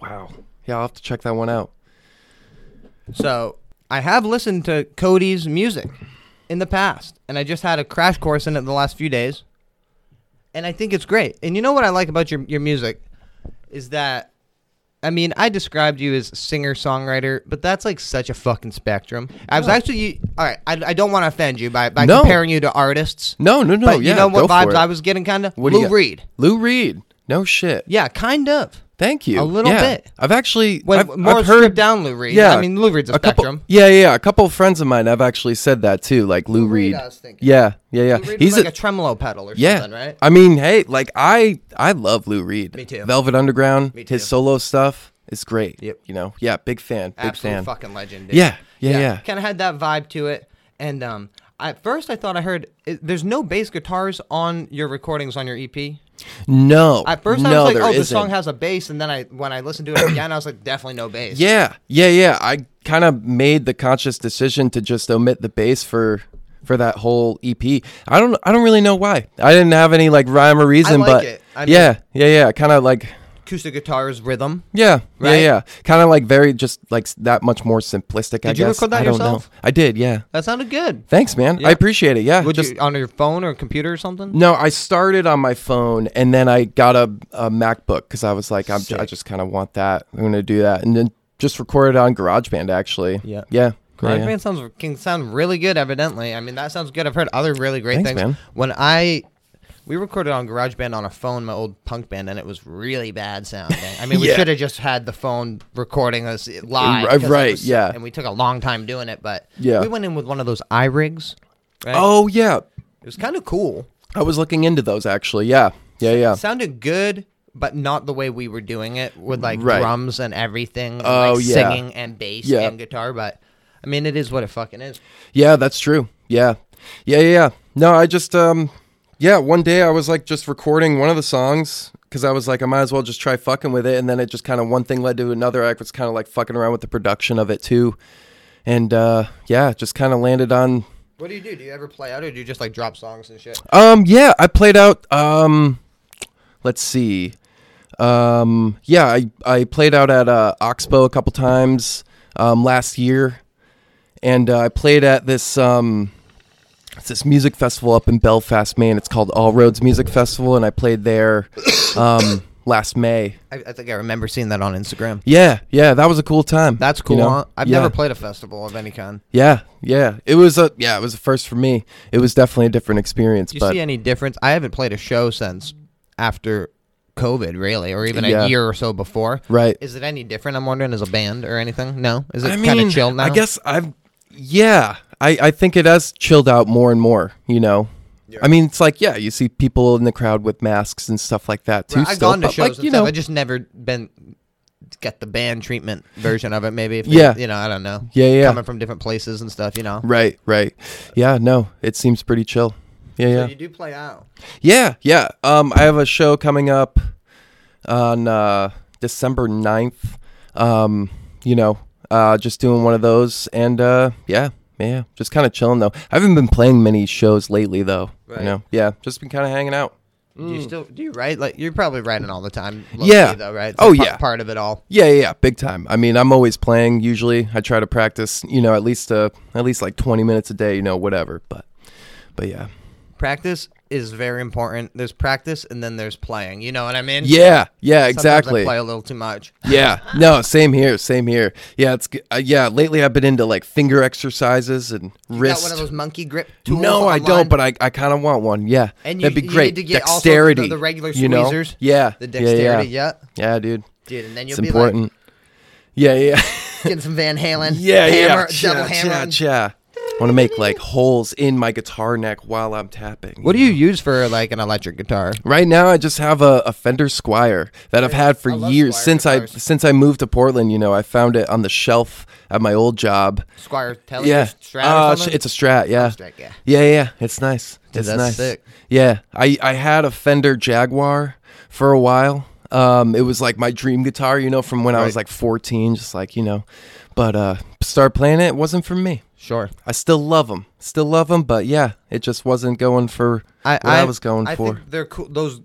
S2: Wow. Yeah, I'll have to check that one out.
S1: So I have listened to Cody's music in the past, and I just had a crash course in it the last few days, and I think it's great. And you know what I like about your your music is that, I mean, I described you as singer songwriter, but that's like such a fucking spectrum. I was actually all right. I, I don't want to offend you by by
S2: No.
S1: comparing you to artists.
S2: No, no, no.
S1: but
S2: yeah,
S1: you know what
S2: go for
S1: vibes
S2: it.
S1: I was getting, kind of
S2: What do you
S1: Lou
S2: got?
S1: Reed.
S2: Lou Reed. No shit.
S1: Yeah, kind of.
S2: Thank you.
S1: A little
S2: Yeah.
S1: bit.
S2: I've actually
S1: When
S2: I've,
S1: more
S2: I've
S1: stripped
S2: heard
S1: down Lou Reed.
S2: Yeah,
S1: I mean Lou Reed's a,
S2: couple-
S1: spectrum.
S2: yeah, yeah, yeah. A couple of friends of mine have actually said that too, like Lou,
S1: Reed,
S2: Reed.
S1: I was thinking.
S2: Yeah, yeah, yeah.
S1: Lou Reed
S2: He's
S1: was like a
S2: a,
S1: tremolo pedal or
S2: yeah.
S1: something, right?
S2: I mean, hey, like I I love Lou Reed.
S1: Me too.
S2: Velvet Underground.
S1: Me too.
S2: His solo stuff is great.
S1: Yep.
S2: You know. Yeah, big fan. Big
S1: absolute
S2: fan.
S1: fucking legend.
S2: Yeah, yeah, yeah.
S1: Kind of had that vibe to it, and um, I, at first I thought I heard it, there's no bass guitars on your recordings on your EP.
S2: No.
S1: At first
S2: no,
S1: I was like,
S2: there
S1: oh, this
S2: isn't.
S1: song has a bass, and then I when I listened to it again, I was like, definitely no bass.
S2: Yeah, yeah, yeah. I kind of made the conscious decision to just omit the bass for for that whole EP. I don't I don't really know why. I didn't have any like rhyme or reason,
S1: like
S2: but
S1: it. I
S2: yeah, yeah, yeah. Kind of like
S1: acoustic guitars, rhythm.
S2: yeah,
S1: Right?
S2: yeah, yeah. Kind of like very just like s- that much more simplistic. I
S1: Did you
S2: guess.
S1: record that
S2: I don't
S1: yourself?
S2: know. I did. Yeah.
S1: That sounded good.
S2: Thanks, man.
S1: Yeah.
S2: I appreciate it. Yeah.
S1: Would
S2: just
S1: you on your phone or computer or something?
S2: no, I started on my phone and then I got a, a MacBook because I was like, I'm, I
S1: Sick.
S2: just kind of want that. I'm gonna do that, and then just recorded on GarageBand actually.
S1: Yeah.
S2: Yeah. Yeah,
S1: GarageBand
S2: yeah.
S1: sounds can sound really good. Evidently, I mean that sounds good. I've heard other really great
S2: Thanks,
S1: things.
S2: man.
S1: When I we recorded on GarageBand on a phone, my old punk band, and it was really bad
S2: [laughs]
S1: sounding. I mean, we
S2: Yeah.
S1: should have just had the phone recording us live, 'cause it
S2: right,
S1: was-
S2: yeah.
S1: And we took a long time doing it, but
S2: Yeah.
S1: we went in with one of those iRigs. Right?
S2: Oh yeah,
S1: it was kind of cool.
S2: I was looking into those actually. Yeah, yeah, yeah.
S1: sounded good. But not the way we were doing it with like
S2: Right.
S1: drums and everything, and,
S2: Oh,
S1: like
S2: yeah.
S1: singing and bass
S2: Yeah.
S1: and guitar. But I mean, it is what it fucking is.
S2: Yeah, that's true. Yeah, yeah, yeah. yeah. No, I just um, yeah. One day I was like just recording one of the songs because I was like I might as well just try fucking with it, and then it just kind of one thing led to another. I was kind of like fucking around with the production of it too, and uh, yeah, just kind of landed on.
S1: What do you do? Do you ever play out, or do you just like drop songs and shit?
S2: Um, yeah, I played out. Um, let's see. Um, yeah, I I played out at uh, Oxbow a couple times um, last year, and uh, I played at this um, it's this music festival up in Belfast, Maine. It's called All Roads Music Festival, and I played there um, [coughs] last May.
S1: I, I think I remember seeing that on Instagram.
S2: Yeah, yeah, that was a cool time.
S1: That's
S2: you
S1: cool.
S2: know?
S1: huh? I've
S2: Yeah.
S1: never played a festival of any kind.
S2: Yeah, yeah, it was a yeah, it was a first for me. It was definitely a different experience.
S1: Do you
S2: but
S1: see any difference? I haven't played a show since after COVID, really, or even
S2: Yeah.
S1: a year or so before.
S2: right,
S1: Is it any different? I'm wondering, as a band or anything? No, is it
S2: I
S1: kind
S2: mean,
S1: of chill now?
S2: I guess I've yeah. I, I think it has chilled out more and more, you know. I mean, it's like yeah, you see people in the crowd with masks and stuff like that too.
S1: Right, I've
S2: still,
S1: gone to
S2: but,
S1: shows,
S2: like,
S1: and
S2: you
S1: stuff.
S2: know,
S1: I just never been got the band treatment version of it. Maybe, if they-
S2: Yeah.
S1: you know, I don't know.
S2: Yeah, yeah.
S1: coming from different places and stuff, you know.
S2: right, right, yeah. No, it seems pretty chill. Yeah, yeah,
S1: do play out.
S2: yeah, yeah. Um, I have a show coming up on uh, December 9th. Um, you know, uh, just doing one of those, and uh, yeah, yeah, just kind of chilling though. I haven't been playing many shows lately though.
S1: Right.
S2: You know, yeah, just been kind of hanging out.
S1: Do you still do you write? Like you're probably writing all the time.
S2: Mm. Yeah.
S1: key, though, right?
S2: Oh,
S1: pa-
S2: yeah.
S1: part of it all.
S2: Yeah, yeah, yeah, big time. I mean, I'm always playing. Usually, I try to practice. You know, at least uh, at least like 20 minutes a day. You know, whatever. But, but yeah,
S1: Practice is very important. There's practice, and then there's playing. You know what I mean?
S2: yeah, yeah,
S1: Sometimes I
S2: exactly.
S1: play a little too much.
S2: yeah, no, same here, same here. Yeah, it's g- uh, yeah. Lately, I've been into like finger exercises and
S1: Got
S2: wrist.
S1: one of those monkey grip tools.
S2: no, I
S1: online?
S2: don't, but I, I kind of want one. Yeah,
S1: And
S2: that'd
S1: you-
S2: be
S1: you
S2: great.
S1: need to get also the-
S2: dexterity,
S1: the regular
S2: you know?
S1: squeezers,
S2: Yeah,
S1: the
S2: yeah, yeah.
S1: dexterity. Yeah,
S2: Yeah, dude,
S1: dude, and then you'll
S2: it's
S1: be
S2: important. yeah, yeah,
S1: like getting some Van Halen.
S2: [laughs] yeah,
S1: hammer,
S2: yeah.
S1: double
S2: Cha,
S1: hammer.
S2: cha, cha. want to make like holes in my guitar neck while I'm tapping.
S1: What do you use for like an electric guitar?
S2: Right now, I just have a, a Fender Squire that I've had for
S1: I love
S2: years
S1: Squire
S2: since I
S1: guitars.
S2: since I moved to Portland. You know, I found it on the shelf at my old job.
S1: Squire Telly?
S2: Yeah,
S1: Oh, Strat
S2: Uh,
S1: or
S2: sh-
S1: something?
S2: it's a Strat. Yeah.
S1: Strat, yeah.
S2: yeah, yeah, yeah. It's nice. it's
S1: that's
S2: nice.
S1: sick.
S2: Yeah, I I had a Fender Jaguar for a while. Um, it was like my dream guitar, you know, from when I was
S1: Right.
S2: like 14, just like you know. But uh, start playing it, it wasn't for me.
S1: sure.
S2: I still love them, still love them, but yeah, it just wasn't going for what I, was going
S1: I
S2: for.
S1: Think they're cool. Those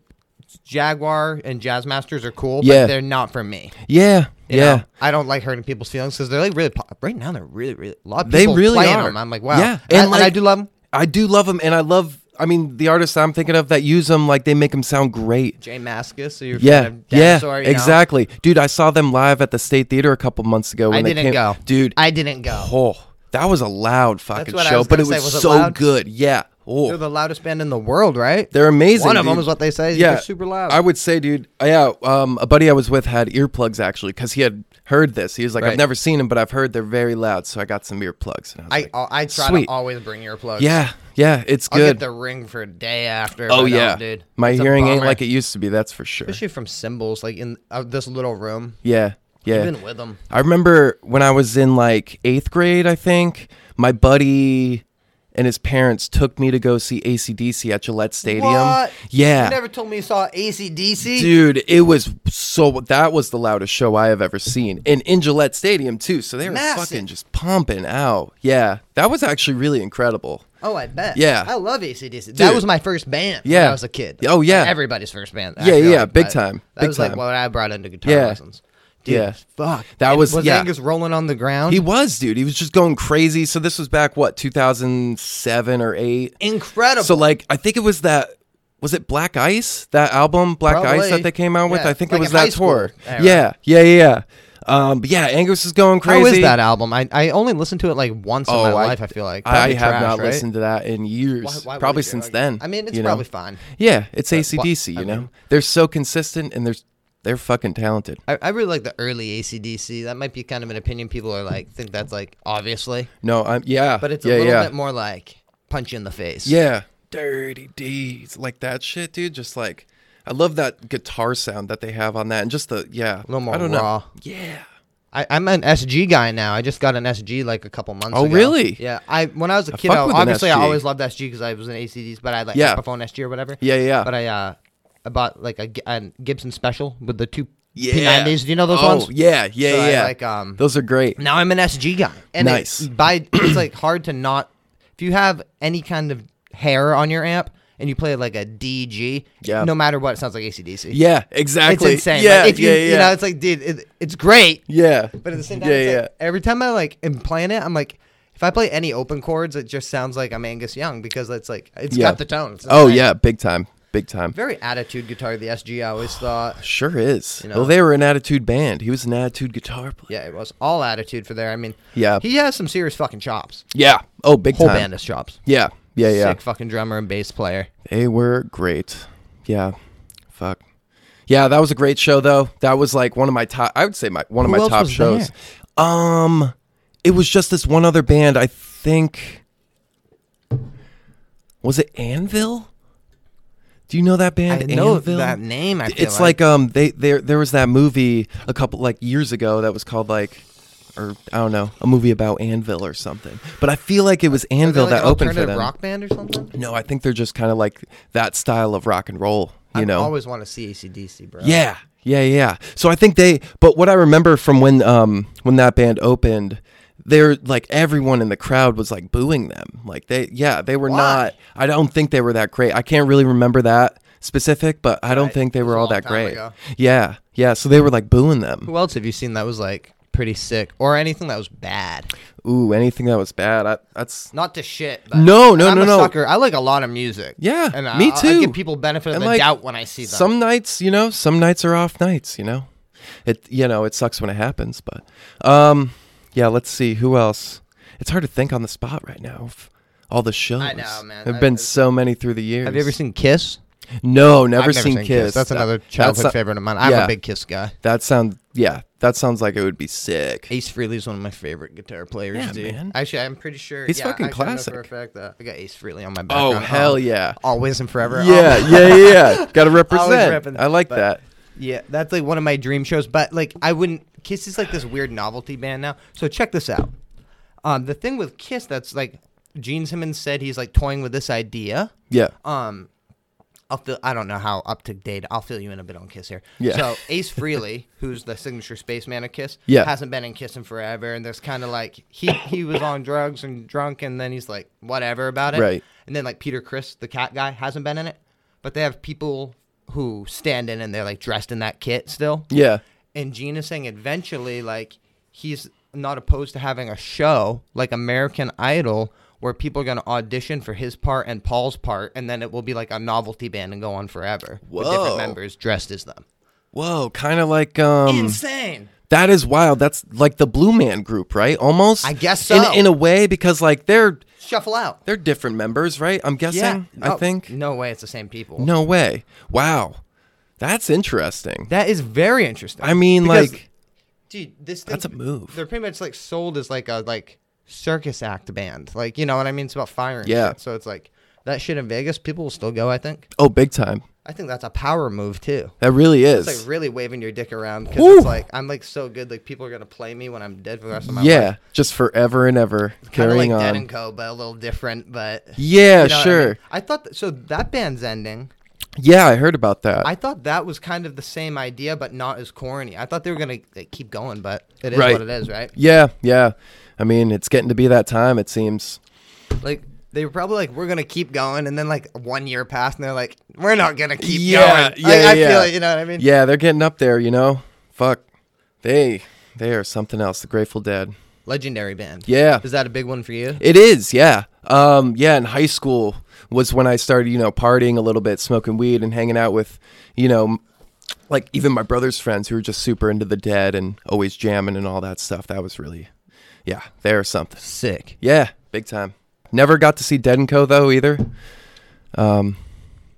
S1: Jaguar and Jazzmasters are cool,
S2: Yeah.
S1: but they're not for me.
S2: yeah,
S1: you
S2: yeah.
S1: know? I don't like hurting people's feelings because they're like really pop- right now. They're really, really a lot. Of
S2: They
S1: people
S2: really
S1: playing
S2: are.
S1: them. I'm like, wow.
S2: Yeah.
S1: Yeah, and, I,
S2: And,
S1: and I
S2: like-
S1: do love them.
S2: I do love them, and I love. I mean, the artists I'm thinking of that use them, like they make them sound great.
S1: Jay Maskus, so you're
S2: Yeah,
S1: kind of
S2: yeah,
S1: dinosaur, you know?
S2: exactly, dude. I saw them live at the State Theater a couple months ago. When
S1: I
S2: they
S1: didn't
S2: came.
S1: go,
S2: dude.
S1: I didn't go.
S2: oh, that was a loud fucking
S1: what I
S2: show,
S1: was
S2: but it
S1: gonna
S2: was,
S1: say, was it
S2: so
S1: loud?
S2: good. Yeah.
S1: They're
S2: Oh,
S1: the loudest band in the world, right?
S2: they're amazing.
S1: One of
S2: dude.
S1: them is what they say.
S2: Yeah,
S1: they're super loud.
S2: I would say, dude. Yeah, um, a buddy I was with had earplugs actually because he had heard this. He was like, "I've
S1: Right.
S2: never seen them, but I've heard they're very loud." So I got some earplugs. And I was
S1: I uh,
S2: like,
S1: I, I try
S2: Sweet.
S1: to always bring earplugs.
S2: yeah, yeah, it's
S1: I'll get
S2: good.
S1: the ring for a day after. if I
S2: oh
S1: don't,
S2: yeah,
S1: dude.
S2: My
S1: It's a
S2: hearing ain't
S1: bummer.
S2: like it used to be. That's for sure.
S1: especially from symbols, like in uh, this little room.
S2: Yeah. Yeah.
S1: Even with them,
S2: I remember when I was in like eighth grade, I think, my buddy and his parents took me to go see ACDC at Gillette Stadium.
S1: What?
S2: Yeah.
S1: you never told me you saw ACDC.
S2: Dude, it was so. That was the loudest show I have ever seen, and in Gillette Stadium too. So they were
S1: Massive.
S2: fucking just pumping out. Yeah, that was actually really incredible.
S1: Oh, I bet.
S2: Yeah.
S1: I love ACDC. That was my first band when
S2: Yeah.
S1: I was a kid.
S2: Oh, yeah.
S1: Like, everybody's first band. I
S2: Yeah,
S1: feel
S2: yeah,
S1: like,
S2: big
S1: but
S2: time,
S1: That
S2: big
S1: was like
S2: time.
S1: what I brought into guitar
S2: Yeah.
S1: lessons. Dude,
S2: Yeah.
S1: fuck.
S2: That
S1: And
S2: was-
S1: was
S2: yeah.
S1: Angus rolling on the ground.
S2: He was, dude. He was just going crazy. So this was back what 2007 or eight.
S1: Incredible.
S2: So like I think it was that was it Black Ice that album Black Ice
S1: Probably.
S2: that they came out with.
S1: Yeah,
S2: I think it
S1: like
S2: was
S1: in high
S2: that tour.
S1: school era.
S2: Yeah, yeah, yeah. yeah. Um, but yeah, Angus is going crazy.
S1: How is that album? I, I only listened to it like once in my
S2: Oh, I-
S1: life. I feel like
S2: I
S1: Probably
S2: have
S1: trash,
S2: not
S1: right?
S2: listened to that in years,
S1: Why- why would
S2: probably
S1: you?
S2: since
S1: Like,
S2: then.
S1: I mean, it's
S2: you know?
S1: probably fine.
S2: yeah, it's ACDC. You
S1: I
S2: know,
S1: mean-
S2: they're so consistent and they're they're fucking talented.
S1: I, I really like the early ACDC. That might be kind of an opinion people are like think that's like obviously,
S2: No, I'm yeah,
S1: but it's
S2: yeah,
S1: a little
S2: yeah.
S1: bit more like punch you in the face.
S2: Yeah, Dirty D's like that shit, dude. Just like I love that guitar sound that they have on that, and just the yeah,
S1: little more
S2: I don't
S1: raw.
S2: know. Yeah.
S1: I, I'm an SG guy now. I just got an SG like a couple months
S2: Oh,
S1: ago.
S2: really?
S1: Yeah. I when I was a kid,
S2: fuck
S1: I,
S2: with an
S1: obviously I
S2: SG.
S1: always loved SG because I was in ACDs, but I like
S2: Yeah.
S1: Epiphone SG or whatever.
S2: Yeah, yeah, yeah.
S1: But I uh, I bought like a, Gi- a Gibson special with the two
S2: Yeah.
S1: P90s. Do you know those
S2: oh,
S1: ones?
S2: Yeah, yeah,
S1: So I
S2: yeah.
S1: like, um,
S2: Those are great.
S1: Now I'm an SG guy. And it-
S2: Nice.
S1: by it's like hard to not if you have any kind of hair on your amp and you play like a DG,
S2: Yeah.
S1: no matter what, it sounds like ACDC.
S2: Yeah, exactly.
S1: It's insane.
S2: Yeah,
S1: Like, if you,
S2: yeah, yeah.
S1: you know, it's like, dude, it, it's great.
S2: yeah.
S1: But at the same time,
S2: yeah,
S1: it's
S2: yeah.
S1: like, every time I like am playing it, I'm like, if I play any open chords, it just sounds like I'm Angus Young because it's like it's
S2: Yeah.
S1: got the tone. It's
S2: oh
S1: insane.
S2: yeah, big time, big time.
S1: very attitude guitar. The SG I always thought,
S2: Sure is.
S1: know?
S2: Well, they were an attitude band. He was an attitude guitar player.
S1: yeah, it was all attitude for there. I mean,
S2: Yeah.
S1: he has some serious fucking chops.
S2: Yeah. Oh, big
S1: Whole
S2: time.
S1: band has chops.
S2: Yeah, yeah, yeah.
S1: Sick fucking drummer and bass player.
S2: They were great. Yeah. Fuck. Yeah, that was a great show though. That was like one of my top I would say my one of
S1: Who
S2: my
S1: else
S2: top
S1: was
S2: shows. Um it was just this one other band, I think was it Anvil? Do you know that band?
S1: I know
S2: Anvil?
S1: that name. I feel
S2: it's like, um they there there was that movie a couple like years ago that was called like or I don't know, a movie about Anvil or something. But I feel like it was
S1: They're
S2: Anvil
S1: like
S2: that
S1: an
S2: opened for
S1: alternative
S2: them.
S1: rock band or something.
S2: No, I think they're just kind of like that style of rock and roll, you know.
S1: I always want to see ACDC, bro.
S2: yeah. Yeah, yeah. So I think they but what I remember from when um when that band opened, they're like everyone in the crowd was like booing them. Like they yeah, they were
S1: Why?
S2: not I don't think they were that great. I can't really remember that specific, but I don't
S1: Right.
S2: think they
S1: It was
S2: were
S1: a
S2: all
S1: long
S2: that
S1: time
S2: great.
S1: ago.
S2: Yeah. Yeah, so they were like booing them.
S1: Who else have you seen that was like pretty sick or anything that was bad?
S2: Ooh, anything that was bad. I, that's
S1: Not to shit. But
S2: No, no,
S1: I'm
S2: no,
S1: a
S2: no.
S1: Sucker. I like a lot of music.
S2: Yeah,
S1: and I,
S2: me
S1: I- I
S2: too.
S1: give people benefit of
S2: And,
S1: the
S2: like,
S1: doubt when I see them.
S2: some nights you know some nights are off nights you know it you know it sucks when it happens but um yeah let's see who else it's hard to think on the spot right now of all the shows
S1: know, man.
S2: there've
S1: I-
S2: been
S1: I-
S2: so many through the years
S1: have you ever seen Kiss?
S2: no
S1: I've
S2: never, seen, kiss
S1: That's
S2: That-
S1: another childhood
S2: not-
S1: favorite of mine. I'm
S2: yeah.
S1: a big Kiss guy.
S2: that sound yeah That sounds like it would be sick.
S1: Ace Frehley is one of my favorite guitar players,
S2: Yeah,
S1: dude.
S2: man.
S1: Actually, I'm pretty sure
S2: He's
S1: yeah,
S2: fucking
S1: actually, I know For a
S2: classic.
S1: fact that I got Ace Frehley on my back.
S2: Oh hell yeah.
S1: Always and forever.
S2: Yeah,
S1: Um,
S2: yeah, yeah,
S1: [laughs]
S2: yeah. Gotta represent.
S1: repping,
S2: I like
S1: but-
S2: that.
S1: yeah. That's like one of my dream shows. But like, I wouldn't. Kiss is like this weird novelty band now. So check this out. Um, the thing with Kiss that's like Gene Simmons said he's like toying with this idea.
S2: Yeah.
S1: Um, I'll fill, I don't know how up to date. I'll fill you in a bit on Kiss here.
S2: Yeah. [laughs]
S1: So Ace Frehley, who's the signature spaceman of Kiss,
S2: Yeah.
S1: hasn't been in Kiss in forever, and there's kind of like he he was on drugs and drunk, and then he's like whatever about it.
S2: Right.
S1: And then like Peter Chris, the cat guy, hasn't been in it, but they have people who stand in and they're like dressed in that kit still.
S2: Yeah.
S1: And Gene is saying eventually, like, he's not opposed to having a show like American Idol where people are going to audition for his part and Paul's part, and then it will be like a novelty band and go on forever with different
S2: Whoa.
S1: members dressed as them.
S2: Whoa, kind of like um
S1: Insane.
S2: that is wild. That's like the Blue Man group, right? Almost.
S1: I guess so.
S2: In, in a way because like they're
S1: Shuffle out.
S2: they're different members, right? I'm guessing. I
S1: No-
S2: think.
S1: No way it's the same people.
S2: No way. Wow. That's interesting.
S1: That is very interesting.
S2: I mean,
S1: Because,
S2: like,
S1: dude, this thing,
S2: that's a move.
S1: They're pretty much like sold as like a like circus act band. Like, you know what I mean? It's about fire and
S2: Yeah.
S1: shit. So it's like that shit in Vegas, people will still go, I think.
S2: Oh, big time.
S1: I think that's a power move too.
S2: That really is.
S1: It's like really waving your dick around because
S2: Woo!
S1: it's like I'm like so good, like people are gonna play me when I'm dead for the rest of my life.
S2: yeah, just forever and ever
S1: Kinda
S2: carrying
S1: like Dead
S2: on.
S1: and Co, but a little different. But
S2: Yeah,
S1: you know what I
S2: sure.
S1: mean? I, thought th- so. That band's ending.
S2: Yeah, I heard about that.
S1: I thought that was kind of the same idea, but not as corny. I thought they were gonna like, keep going, but it is
S2: Right.
S1: what it is, right?
S2: yeah, yeah. I mean, it's getting to be that time. It seems.
S1: Like they were probably like, we're gonna keep going, and then like one year passed, and they're like, we're not gonna keep
S2: Yeah,
S1: going.
S2: yeah,
S1: like, I
S2: yeah.
S1: feel it. You know what I mean?
S2: Yeah, they're getting up there. You know, fuck. They they are something else. The Grateful Dead.
S1: Legendary band.
S2: Yeah.
S1: Is that a big one for you?
S2: It is, yeah. Um, yeah, in high school was when I started, you know, partying a little bit, smoking weed and hanging out with, you know, m- like even my brother's friends who were just super into the dead and always jamming and all that stuff. That was really, yeah, there's something.
S1: Sick.
S2: Yeah, big time. Never got to see Dead and Co though either. Um,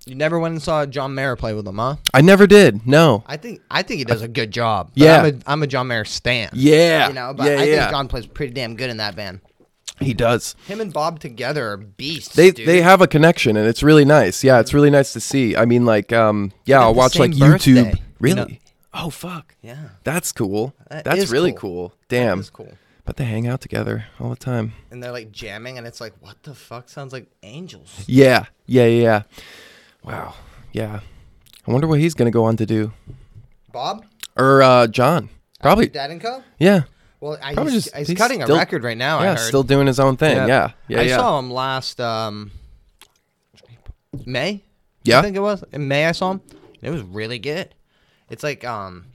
S1: You never went and saw John Mayer play with them, huh?
S2: I never did. No.
S1: I think I think he does a good job. But
S2: Yeah.
S1: I'm a, I'm a John Mayer stan.
S2: Yeah.
S1: you know, but
S2: yeah,
S1: I
S2: yeah.
S1: think John plays pretty damn good in that band.
S2: he does.
S1: Him and Bob together are beasts.
S2: They
S1: dude.
S2: they have a connection and it's really nice. Yeah, it's really nice to see. I mean, like, um, yeah, I'll
S1: the
S2: watch
S1: same
S2: like YouTube.
S1: birthday, you
S2: Really?
S1: know?
S2: Oh fuck.
S1: yeah,
S2: That's cool.
S1: That
S2: That's
S1: is
S2: really
S1: cool.
S2: cool. Damn.
S1: that's cool.
S2: But they hang out together all the time.
S1: And they're like jamming, and it's like, what the fuck? Sounds like angels.
S2: Yeah. Yeah. Yeah. yeah. Wow. Yeah. I wonder what he's going to go on to do.
S1: Bob,
S2: Or uh, John. Probably.
S1: Dad and Co.
S2: Yeah.
S1: Well, I,
S2: Probably
S1: he's,
S2: just-
S1: he's
S2: he's
S1: cutting
S2: still-
S1: a record right now. Oh, I
S2: Yeah.
S1: heard.
S2: Still doing his own thing. Yeah. Yeah.
S1: I
S2: yeah.
S1: saw him last um, May. I
S2: Yeah?
S1: think it was in May. I saw him. It was really good. It's like um,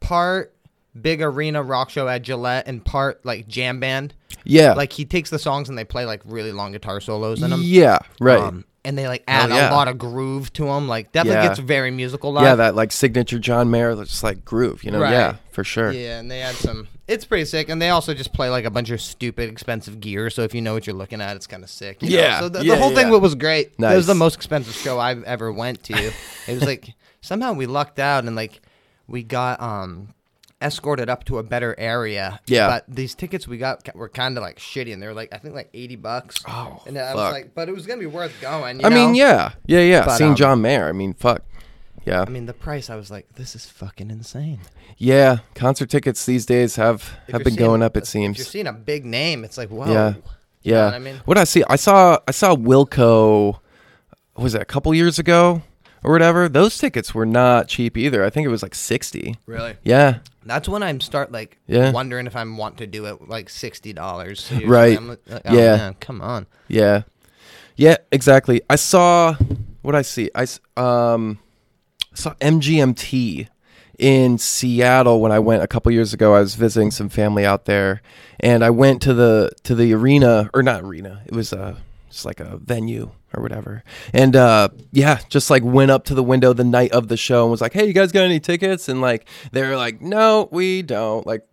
S1: part big arena rock show at Gillette and part like jam band.
S2: Yeah.
S1: Like he takes the songs and they play like really long guitar solos in them.
S2: yeah. Right.
S1: Um, and they like add
S2: yeah.
S1: a lot of groove to them. Like definitely
S2: Yeah.
S1: gets very musical. Live.
S2: yeah. That like signature John Mayer, just like groove, you know?
S1: Right.
S2: Yeah. For sure.
S1: Yeah, and they add some. It's pretty sick, and they also just play like a bunch of stupid, expensive gear. So if you know what you're looking at, it's kind of sick. you know?
S2: Yeah,
S1: So the, the
S2: yeah,
S1: whole thing
S2: yeah.
S1: was great. It was
S2: Nice.
S1: the most expensive show I've ever went
S2: [laughs]
S1: to. it was like somehow we lucked out, and like we got um escorted up to a better area.
S2: Yeah.
S1: But these tickets we got ca- were kind of like shitty, and they were like I think like eighty bucks.
S2: Oh,
S1: And I was
S2: fuck.
S1: like, but it was gonna be worth going. You
S2: I mean,
S1: know?
S2: yeah. Yeah. Yeah.
S1: But,
S2: Seeing
S1: um,
S2: John Mayer. I mean, fuck. Yeah.
S1: I mean, the price. I was like, this is fucking insane.
S2: yeah. Concert tickets these days have,
S1: If
S2: have
S1: you're
S2: been
S1: seeing-
S2: going up, it
S1: If
S2: seems.
S1: you're seeing a big name, it's like, whoa.
S2: Yeah.
S1: You
S2: Yeah.
S1: know what I mean?
S2: What I see, I saw, I saw Wilco. what Was that a couple years ago or whatever? Those tickets were not cheap either. I think it was like sixty.
S1: Really?
S2: Yeah.
S1: That's when I'm start like
S2: Yeah.
S1: wondering if I am want to do it like sixty dollars.
S2: Right.
S1: I'm like, oh,
S2: Yeah.
S1: man, come on.
S2: Yeah. Yeah. Exactly. I saw. What I see, I s- um, saw MGMT in Seattle when I went a couple years ago. I was visiting some family out there, and I went to the to the arena or not arena. It was a just like a venue or whatever. And uh, yeah, just like went up to the window the night of the show and was like, "Hey, you guys got any tickets?" And like they're like, "No, we don't." Like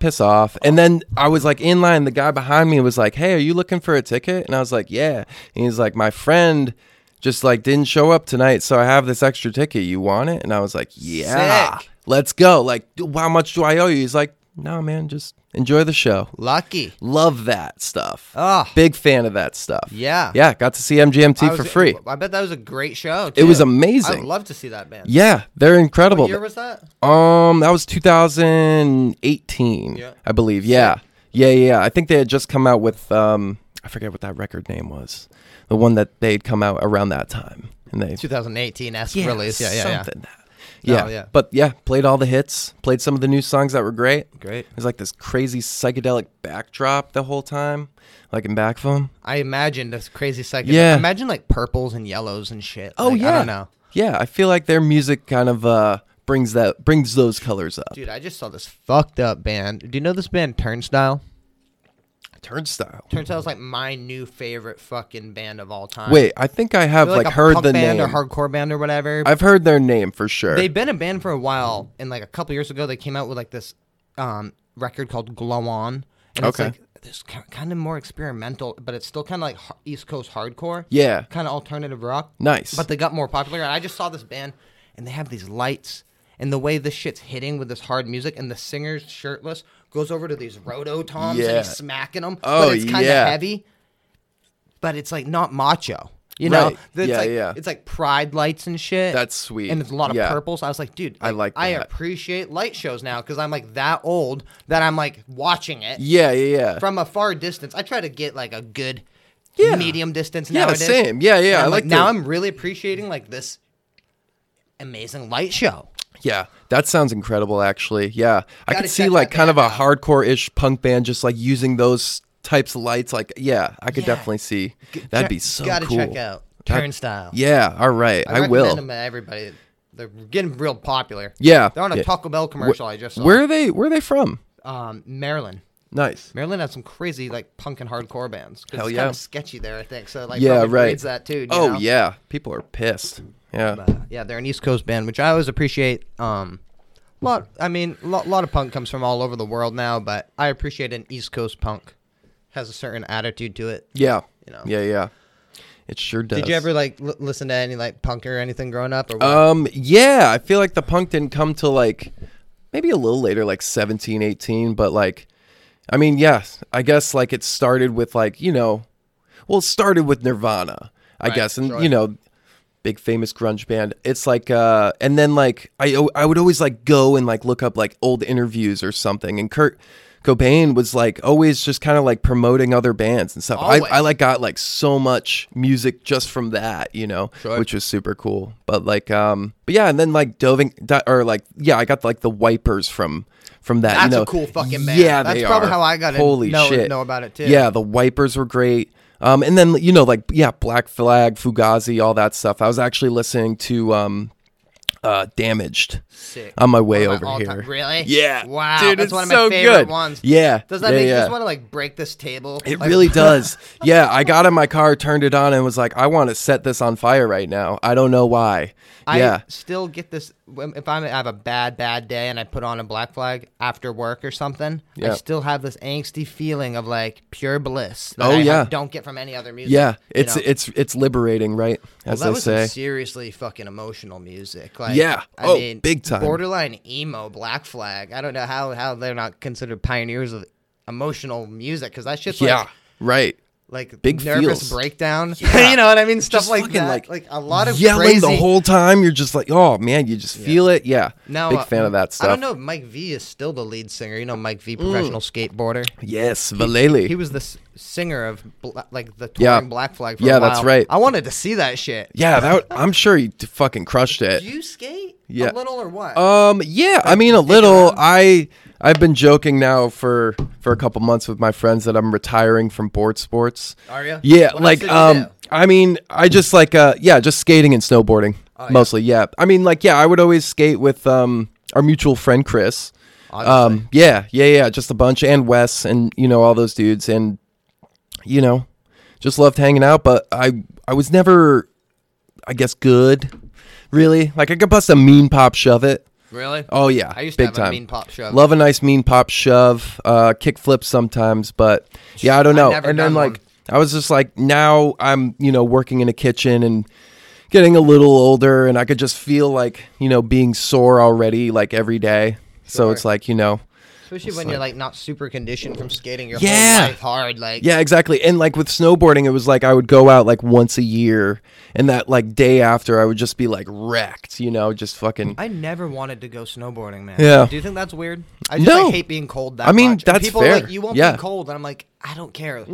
S2: piss off. And then I was like in line. The guy behind me was like, "Hey, are you looking for a ticket?" And I was like, "Yeah." And he's like, "My friend." just like didn't show up tonight, so I have this extra ticket. You want it? And I was like, yeah,
S1: Sick.
S2: let's go. Like, "D- how much do I owe you? He's like, no, man, just enjoy the show.
S1: Lucky.
S2: Love that stuff.
S1: Ah.
S2: Big fan of that stuff.
S1: Yeah.
S2: Yeah, got to see MGMT
S1: I was-
S2: for free.
S1: I bet that was a great show.
S2: It was
S1: too.
S2: amazing.
S1: I would love to see that band.
S2: yeah, they're incredible.
S1: What year was that?
S2: Um, that was 2018,
S1: Yeah.
S2: I believe. Yeah, yeah, yeah. I think they had just come out with um, I forget what that record name was, the one that they'd come out around that time, and they
S1: 2018 esque release. Yeah, yeah, yeah.
S2: something that.
S1: No,
S2: Yeah.
S1: yeah.
S2: but yeah, played all the hits, played some of the new songs that were great.
S1: Great.
S2: It was like this crazy psychedelic backdrop the whole time, like in back phone.
S1: I imagine this crazy psychic.
S2: Yeah.
S1: Imagine like purples and yellows and shit.
S2: Oh
S1: Like,
S2: yeah,
S1: I don't know.
S2: Yeah, I feel like their music kind of uh brings that brings those colors up.
S1: Dude, I just saw this fucked up band. Do you know this band Turnstile?
S2: Turnstile.
S1: Turnstile's like my new favorite fucking band of all time.
S2: Wait, I think I have
S1: They're
S2: like,
S1: a
S2: heard
S1: punk
S2: the
S1: band
S2: name.
S1: or hardcore band or whatever.
S2: I've heard their name for sure.
S1: They've been a band for a while, and like a couple years ago, they came out with like this um, record called Glow On, and
S2: Okay.
S1: it's like this kind of more experimental, but it's still kind of like har- East Coast hardcore,
S2: yeah.
S1: kind of alternative rock.
S2: Nice.
S1: But they got more popular, and I just saw this band, and they have these lights, and the way this shit's hitting with this hard music, and the singer's shirtless goes over to these roto toms and
S2: Yeah.
S1: he's smacking them.
S2: Oh,
S1: but it's kind of
S2: yeah.
S1: heavy, but it's like not macho. You know,
S2: Right.
S1: It's
S2: Yeah,
S1: like,
S2: yeah.
S1: It's like pride lights and shit.
S2: That's sweet.
S1: And it's a lot of
S2: Yeah.
S1: purple. So I was like, dude,
S2: I like
S1: I
S2: that.
S1: appreciate light shows now because I'm like that old that I'm like watching it
S2: yeah, yeah, yeah.
S1: from a far distance. I try to get like a good
S2: Yeah.
S1: medium distance
S2: Yeah,
S1: nowadays.
S2: same. Yeah, yeah,
S1: And
S2: I
S1: I'm
S2: like
S1: now
S2: the-
S1: I'm really appreciating like this amazing light show.
S2: yeah, that sounds incredible actually. Yeah. I
S1: Gotta
S2: could see
S1: check
S2: like
S1: that
S2: kind of a
S1: band out.
S2: hardcore-ish punk band just like using those types of lights like yeah, I could
S1: Yeah.
S2: definitely see. That'd be so
S1: Gotta
S2: cool.
S1: check out Turnstile.
S2: Yeah, all right. I,
S1: recommend
S2: will.
S1: them to everybody. They're getting real popular.
S2: Yeah.
S1: They're on a
S2: yeah.
S1: Taco Bell commercial I just saw.
S2: Where are they where are they from?
S1: um, Maryland.
S2: Nice.
S1: Maryland has some crazy like punk and hardcore bands. 'Cause
S2: Hell
S1: it's
S2: yeah.
S1: kind of sketchy there, I think. So like
S2: yeah,
S1: probably
S2: right.
S1: breeds that too. you
S2: oh
S1: know?
S2: yeah. People are pissed. Yeah.
S1: Uh, yeah, they're an East Coast band, which I always appreciate. Um, lot, I mean, a lot, lot of punk comes from all over the world now, but I appreciate an East Coast punk has a certain attitude to it.
S2: yeah.
S1: You know.
S2: Yeah, yeah. It sure does.
S1: Did you ever like l- listen to any like punk or anything growing up? Or what?
S2: Um, yeah, I feel like the punk didn't come till like maybe a little later, like 17, 18, but like, I mean, yes, I guess like it started with like, you know, well, it started with Nirvana, I
S1: Right,
S2: guess, and
S1: sure.
S2: you know, big famous grunge band. It's like, uh, and then like, I, o- I would always like go and like look up like old interviews or something, and Kurt. Cobain was like always just kind of like promoting other bands and stuff. I,
S1: Always.
S2: I like got like so much music just from that, you know,
S1: Sure.
S2: which was super cool. But like, um, but yeah, and then like doving di- or like, yeah, I got like the wipers from from that.
S1: That's
S2: you know.
S1: a cool fucking band.
S2: Yeah,
S1: That's
S2: they
S1: probably
S2: are.
S1: how I got in-
S2: Holy
S1: know-
S2: shit.
S1: know about it, too.
S2: Yeah, the wipers were great. Um, and then you know, like yeah, Black Flag, Fugazi, all that stuff. I was actually listening to um, uh, Damaged
S1: Sick.
S2: on my way
S1: One of
S2: over
S1: my all-time-
S2: here.
S1: Really?
S2: Yeah.
S1: Wow.
S2: Dude,
S1: that's
S2: it's
S1: one of my
S2: so
S1: favorite
S2: good.
S1: ones.
S2: Yeah.
S1: Does that
S2: Yeah,
S1: make you
S2: yeah.
S1: just want to like break this table?
S2: It
S1: Like, [laughs]
S2: really does. Yeah, I got in my car, turned it on, and was like, I want to set this on fire right now. I don't know why.
S1: I
S2: yeah.
S1: still get this when- if I'm, I have a bad bad day and I put on a black flag after work or something.
S2: Yeah.
S1: I still have this angsty feeling of like pure bliss. That
S2: Oh,
S1: I have-
S2: yeah.
S1: don't get from any other music.
S2: Yeah.
S1: you
S2: It's
S1: know?
S2: it's it's liberating, right? As
S1: that
S2: they
S1: was some
S2: say.
S1: seriously fucking emotional music. Like,
S2: Yeah.
S1: I
S2: Oh,
S1: mean,
S2: big time.
S1: borderline emo black flag. I don't know how how they're not considered pioneers of emotional music because that shit's
S2: yeah.
S1: like
S2: Right.
S1: like
S2: Big
S1: nervous
S2: feels.
S1: breakdown. [laughs] you know what I mean? Stuff
S2: Just
S1: like
S2: fucking,
S1: that.
S2: like,
S1: Like, a lot of
S2: Yelling
S1: crazy.
S2: the whole time, you're just like, oh man, you just feel it. Yeah.
S1: Now,
S2: Big
S1: uh,
S2: fan of that stuff.
S1: I don't know if Mike V is still the lead singer. You know, Mike V, professional skateboarder.
S2: Yes, Valeli.
S1: He was the s- singer of Bla- like the
S2: Yeah.
S1: touring Black Flag. For
S2: Yeah,
S1: a while.
S2: that's right.
S1: I wanted to see that shit.
S2: yeah, that would- I'm sure he d- fucking crushed it.
S1: Do you skate?
S2: Yeah.
S1: A little or what?
S2: Um, yeah, I mean a little. I I've been joking now for for a couple months with my friends that I'm retiring from board sports.
S1: Are ya? What
S2: Yeah,
S1: else
S2: like
S1: did you do?
S2: um, I mean, I just like uh, yeah, just skating and snowboarding
S1: Oh,
S2: mostly. Yeah, I mean, like yeah, I would always skate with um our mutual friend Chris. Um, yeah, yeah, yeah, just a bunch and Wes and you know all those dudes and you know just loved hanging out, but I I was never I guess good. Really, like I could bust a mean pop shove it.
S1: really?
S2: Oh yeah,
S1: I used to
S2: big
S1: have a
S2: time.
S1: mean pop shove.
S2: Love a nice mean pop shove, uh, kick flip sometimes, but yeah, I don't
S1: I've
S2: know.
S1: never
S2: and then
S1: done
S2: like
S1: one.
S2: I was just like now I'm you know working in a kitchen and getting a little older and I could just feel like, you know, being sore already like every day. So
S1: Sure.
S2: it's like, you know,
S1: Especially when you're like not super conditioned from skating your
S2: Yeah.
S1: whole life hard. Like
S2: yeah, exactly. And like with snowboarding, it was like I would go out like once a year and that like day after I would just be like wrecked, you know, just fucking
S1: I never wanted to go snowboarding, man.
S2: Yeah.
S1: Do you think that's weird? I just
S2: No.
S1: like, hate being cold. That
S2: I mean,
S1: much. And
S2: that's
S1: people are
S2: fair.
S1: Like, you won't
S2: Yeah.
S1: be
S2: Mm.
S1: cold, and I'm like, I don't care.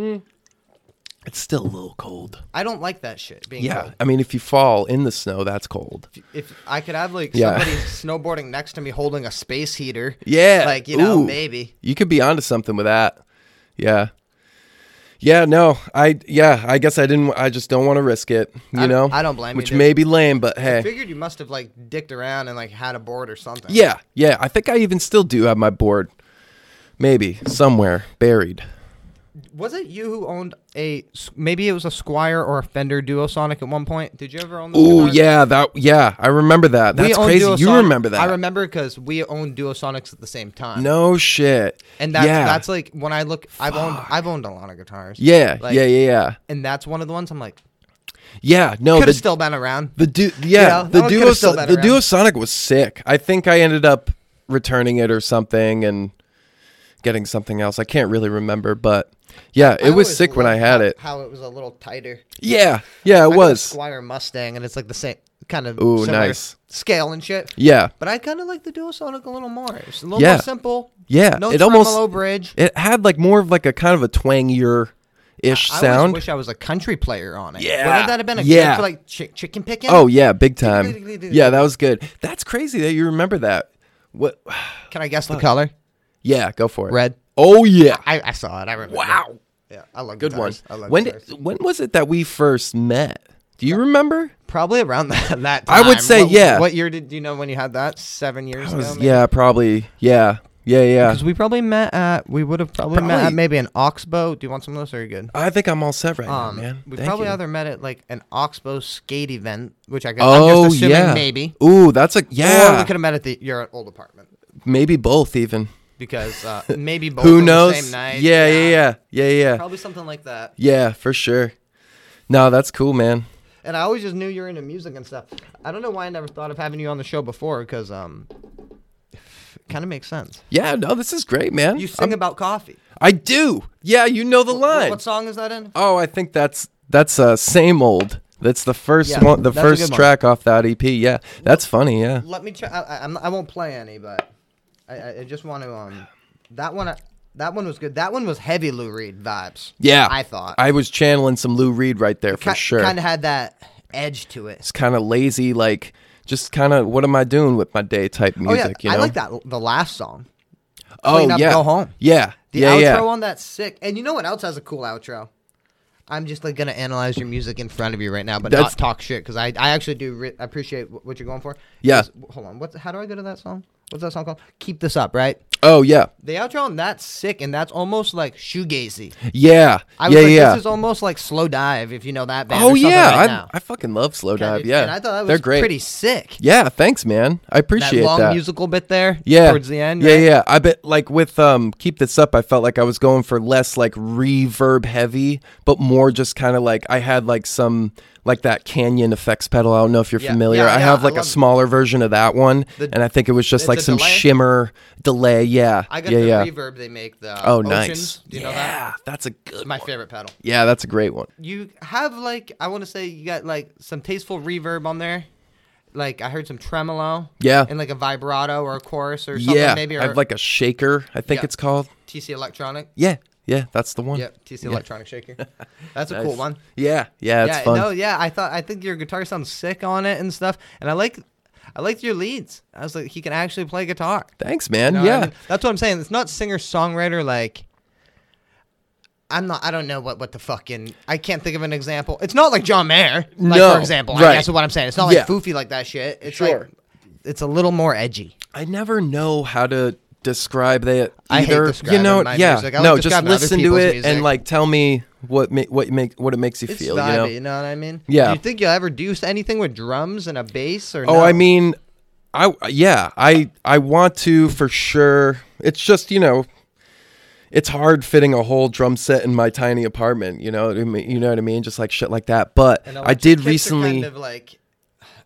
S2: it's still a little cold.
S1: I don't like that shit. Being
S2: Yeah.
S1: cold.
S2: I mean, if you fall in the snow, that's cold.
S1: If I could have like
S2: Yeah.
S1: somebody snowboarding next to me holding a space heater.
S2: Yeah.
S1: Like you know,
S2: Ooh.
S1: maybe.
S2: You could be onto something with that. Yeah. Yeah, no. I yeah, I guess I didn't I just don't want to risk it, you
S1: I
S2: know.
S1: don't- I don't blame you,
S2: Which
S1: dude.
S2: may be lame, but hey.
S1: Figured you must have like dicked around and like had a board or something.
S2: Yeah. Yeah, I think I even still do have my board maybe somewhere buried.
S1: Was it you who owned a maybe it was a Squire or a Fender Duosonic at one point? Did you ever own? those
S2: Oh,
S1: guitars?
S2: yeah, that yeah, I remember that.
S1: We
S2: That's
S1: owned
S2: crazy. You
S1: Duosonic-
S2: remember that.
S1: I remember because we owned Duosonics at the same time.
S2: No shit.
S1: and that's
S2: yeah.
S1: that's like when I look, I've owned I've owned a lot of guitars.
S2: yeah,
S1: like-
S2: yeah, yeah, yeah.
S1: and that's one of the ones I'm like
S2: Yeah, no,
S1: could
S2: Oh, the,
S1: have still been around.
S2: The du- yeah,
S1: know, that
S2: the
S1: one
S2: duo
S1: could've still been
S2: the
S1: around.
S2: duo Sonic was sick. I think I ended up returning it or something and getting something else. I can't really remember, but yeah, it
S1: I
S2: was
S1: always
S2: sick when I
S1: loved
S2: had
S1: how-
S2: it.
S1: How it was a little tighter.
S2: Yeah, yeah,
S1: I
S2: it
S1: got a
S2: was.
S1: Squire Mustang, and it's like the same kind of
S2: Ooh,
S1: similar
S2: nice.
S1: scale and shit.
S2: Yeah,
S1: But I kind of like the Duosonic a little more. It's a little
S2: Yeah.
S1: more simple.
S2: Yeah,
S1: no
S2: it almost-
S1: tremolo bridge.
S2: it had like more of like a kind of a twangier ish
S1: I always
S2: sound.
S1: wish I was a country player on it.
S2: Yeah.
S1: wouldn't that have been a
S2: Yeah.
S1: good for like chi- chicken picking?
S2: oh yeah, big time.
S1: do-
S2: Yeah, that was good. That's crazy that you remember that. What?
S1: can I guess the color?
S2: Yeah, go for it.
S1: Red.
S2: Oh yeah.
S1: I, I saw it. I remember.
S2: Wow.
S1: Yeah, I love
S2: Good one.
S1: guitars. I love
S2: When
S1: guitars.
S2: did, when was it that we first met? Do
S1: Uh,
S2: you remember?
S1: Probably around [laughs] that, that
S2: I
S1: time.
S2: would say,
S1: What-
S2: yeah.
S1: What year did you know when you had that? Seven years ago.
S2: was- yeah, probably. Yeah, yeah, yeah.
S1: Because we probably met at we would have probably, met at
S2: Probably.
S1: maybe an oxbow. Do you want some of those? Or are you good?
S2: I think I'm all set right
S1: Um,
S2: now, Oh, man.
S1: we
S2: Thank
S1: probably
S2: you.
S1: either met at like an oxbow skate event, which I guess
S2: oh
S1: I'm just assuming
S2: yeah,
S1: maybe.
S2: Ooh, that's a
S1: Or we
S2: yeah.
S1: could have met at the your old apartment
S2: Maybe both even.
S1: because uh, maybe both
S2: [laughs] Who
S1: on
S2: knows?
S1: the same night.
S2: yeah, yeah, yeah, yeah, yeah,
S1: [laughs]
S2: yeah.
S1: Probably something like that.
S2: for sure. No, that's cool, man.
S1: And I always just knew you were into music and stuff. I don't know why I never thought of having you on the show before because um, kind of makes sense.
S2: Yeah, no, this is great, man.
S1: You sing
S2: I'm-
S1: about coffee.
S2: I do. Yeah, you know the
S1: Wh-
S2: line.
S1: What song is that in?
S2: oh, I think that's that's uh same old. That's the first
S1: Yeah,
S2: one, the
S1: that's a
S2: first
S1: good one.
S2: track off that EP. Yeah, that's funny. Yeah.
S1: Let me try. I, I, I'm- I won't play any, but I- I, I just want to. Um, that one. I, that one was good. That one was heavy Lou Reed vibes.
S2: Yeah,
S1: I thought
S2: I was channeling some Lou Reed right there for
S1: Ki-
S2: sure.
S1: Kind of had that edge to it.
S2: It's kind of lazy, like just kind of what am I doing with my day type
S1: Oh yeah,
S2: music. you know?
S1: I like that. The last song,
S2: Oh
S1: Clean Up,
S2: yeah,
S1: Go Home.
S2: Yeah,
S1: the
S2: yeah,
S1: outro
S2: yeah.
S1: on that's sick. And you know what else has a cool outro? I'm just like gonna analyze your music in front of you right now, but
S2: That's-
S1: not talk shit because I, I actually do re- appreciate wh- what you're going for.
S2: Yeah.
S1: 'Cause- Hold on. What's how do I go to that song? What's that song called? Keep this up, right?
S2: oh yeah,
S1: The outro on that's sick, and that's almost like shoegazy.
S2: yeah,
S1: I was
S2: yeah,
S1: like,
S2: yeah.
S1: this is almost like slow dive if you know that band. or
S2: oh
S1: something
S2: yeah,
S1: right
S2: I,
S1: now.
S2: I fucking love slow
S1: Yeah,
S2: dive.
S1: dude,
S2: Yeah,
S1: and I thought that was
S2: they're great.
S1: pretty sick.
S2: Yeah, thanks, man. I
S1: That
S2: appreciate that.
S1: long musical bit there,
S2: yeah,
S1: towards the end.
S2: Yeah,
S1: right?
S2: yeah. I bet like with um, keep this up. I felt like I was going for less like reverb heavy, but more just kind of like I had like some like that Canyon effects pedal. I don't know if you're
S1: Yeah,
S2: familiar.
S1: yeah,
S2: I
S1: yeah,
S2: have
S1: I
S2: like a
S1: love-
S2: smaller version of that one,
S1: The-
S2: and I think it was just
S1: it's
S2: like
S1: a
S2: some
S1: delay?
S2: shimmer delay. Yeah,
S1: I got
S2: yeah,
S1: the
S2: yeah.
S1: reverb they make. The
S2: Oh,
S1: Oceans.
S2: nice.
S1: Do you
S2: yeah,
S1: know that?
S2: that's a good.
S1: My
S2: one.
S1: favorite pedal.
S2: Yeah, that's a great one.
S1: You have like I want to say you got like some tasteful reverb on there. Like I heard some tremolo.
S2: Yeah.
S1: And like a vibrato or a chorus or something
S2: Yeah,
S1: maybe or
S2: I have like a shaker. I think
S1: Yeah.
S2: it's called.
S1: TC Electronic.
S2: Yeah, yeah, that's the one.
S1: Yep, TC Electronic Shaker.
S2: [laughs]
S1: That's a
S2: Nice.
S1: cool one.
S2: Yeah, yeah, it's
S1: yeah,
S2: fun.
S1: no, yeah. I thought I think your guitar sounds sick on it and stuff. And I like, I liked your leads. I was like, he can actually play guitar.
S2: Thanks, man.
S1: You know what
S2: yeah,
S1: I mean? that's what I'm saying. It's not singer songwriter like. I'm not. I don't know what what the fucking. I can't think of an example. It's not like John Mayer, like
S2: No,
S1: for example.
S2: right.
S1: I guess is what I'm saying. It's not like
S2: Yeah.
S1: foofy like that shit. It's
S2: Sure.
S1: like it's a little more edgy.
S2: I never know how to describe that either.
S1: I hate
S2: you
S1: describing
S2: know,
S1: my
S2: yeah,
S1: music. I like
S2: no, just
S1: describing other
S2: listen to
S1: people's
S2: it and
S1: music.
S2: like tell me what ma- what make what it makes you
S1: It's
S2: feel.
S1: vibey, you know?
S2: You know?
S1: what I mean?
S2: Yeah.
S1: Do you think you'll ever do anything with drums and a bass or?
S2: Oh,
S1: no?
S2: I mean, I yeah, I I want to for sure. It's just you know, it's hard fitting a whole drum set in my tiny apartment. You know, what I mean? you know what I mean, just like shit like that. But
S1: And
S2: I
S1: electric
S2: did
S1: kicks are
S2: recently.
S1: Kind of like,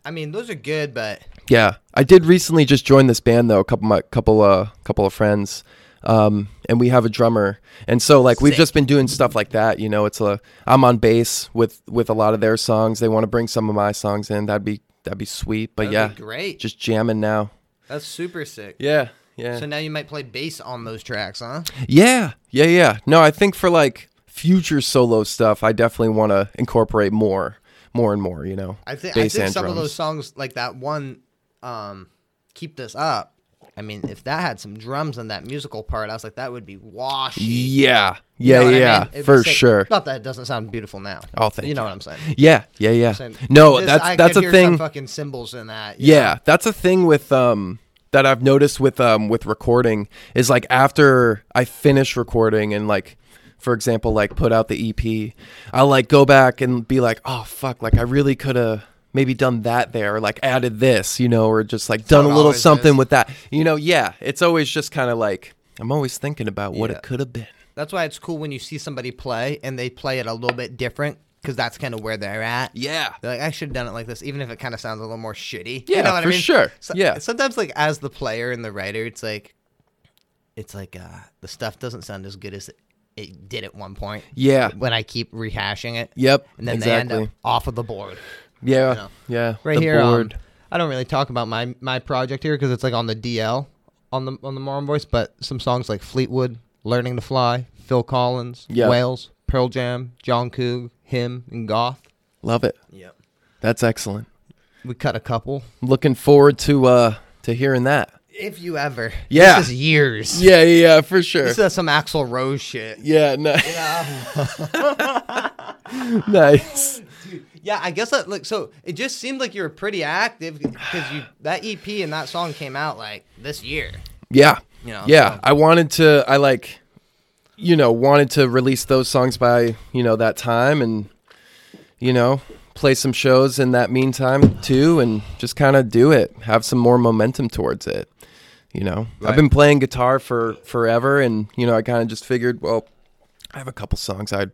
S1: I mean, those are good, but
S2: Yeah, I did recently just join this band though. A couple, my couple, uh, couple of friends, um, and we have a drummer. And so like we've
S1: Sick.
S2: just been doing stuff like that. You know, it's a I'm on bass with with a lot of their songs. They want to bring some of my songs in. That'd be that'd be sweet. But
S1: that'd
S2: yeah,
S1: be great.
S2: just jamming now.
S1: That's super sick.
S2: Yeah, yeah,
S1: So now you might play bass on those tracks, huh?
S2: yeah, yeah, yeah. No, I think for like future solo stuff, I definitely want to incorporate more, more and more. You know,
S1: I think I
S2: bass
S1: think
S2: and
S1: some of
S2: drums.
S1: those songs, like that one, um, keep this up. I mean, if that had some drums on that musical part, I was like, that would be washy.
S2: Yeah,
S1: You know
S2: yeah,
S1: what I
S2: yeah,
S1: mean? It'd be
S2: for
S1: sick.
S2: sure.
S1: Not that it doesn't sound beautiful now.
S2: Oh, thank
S1: You know
S2: you.
S1: what I'm saying?
S2: Yeah, yeah, yeah.
S1: Saying,
S2: No,
S1: this-
S2: that's
S1: I
S2: that's
S1: could
S2: a
S1: hear
S2: thing.
S1: Some fucking cymbals in that. you
S2: Yeah, that's a thing with um that I've noticed with um with recording is like after I finish recording and like for example like put out the EP, I'll like go back and be like, "Oh fuck, like I really could have maybe done that there or like added this, you know, or just like done
S1: how
S2: a
S1: it
S2: little
S1: always
S2: something
S1: is.
S2: with that." You know, yeah, it's always just kind of like I'm always thinking about what
S1: Yeah.
S2: it could have been.
S1: That's why it's cool when you see somebody play and they play it a little bit different because that's kind of where they're at.
S2: Yeah.
S1: They're like, I should have done it like this, even if it kind of sounds a little more shitty.
S2: Yeah,
S1: you know what
S2: for
S1: I mean?
S2: sure. Yeah.
S1: Sometimes, like as the player and the writer, it's like, it's like uh, the stuff doesn't sound as good as it did at one point.
S2: Yeah.
S1: When I keep rehashing it.
S2: Yep.
S1: And then
S2: exactly.
S1: they end up off of the board.
S2: yeah.
S1: know.
S2: Yeah.
S1: Right
S2: the
S1: here. um,
S2: board.
S1: I don't really talk about my my project here because it's like on the DL on the on the Mormon Voice, but some songs like Fleetwood, Learning to Fly, Phil Collins,
S2: Yeah.
S1: Wales, Pearl Jam, John Coog, him, and Goth.
S2: Love it.
S1: Yep.
S2: That's excellent.
S1: We cut a couple.
S2: looking forward to uh to hearing that.
S1: If you ever.
S2: Yeah.
S1: This is years.
S2: Yeah, yeah, yeah for sure.
S1: This is some Axl Rose shit.
S2: yeah, no,
S1: Yeah.
S2: [laughs] nice.
S1: yeah, I guess that look so it just seemed like you were pretty active because you that EP and that song came out like this year.
S2: Yeah,
S1: You know,
S2: yeah.
S1: so-
S2: I wanted to. I like, you know, wanted to release those songs by you know that time, and you know, play some shows in that meantime too, and just kind of do it. Have some more momentum towards it. You know, I've
S1: Right.
S2: been playing guitar for forever, and you know, I kind of just figured, well. I have a couple songs I'd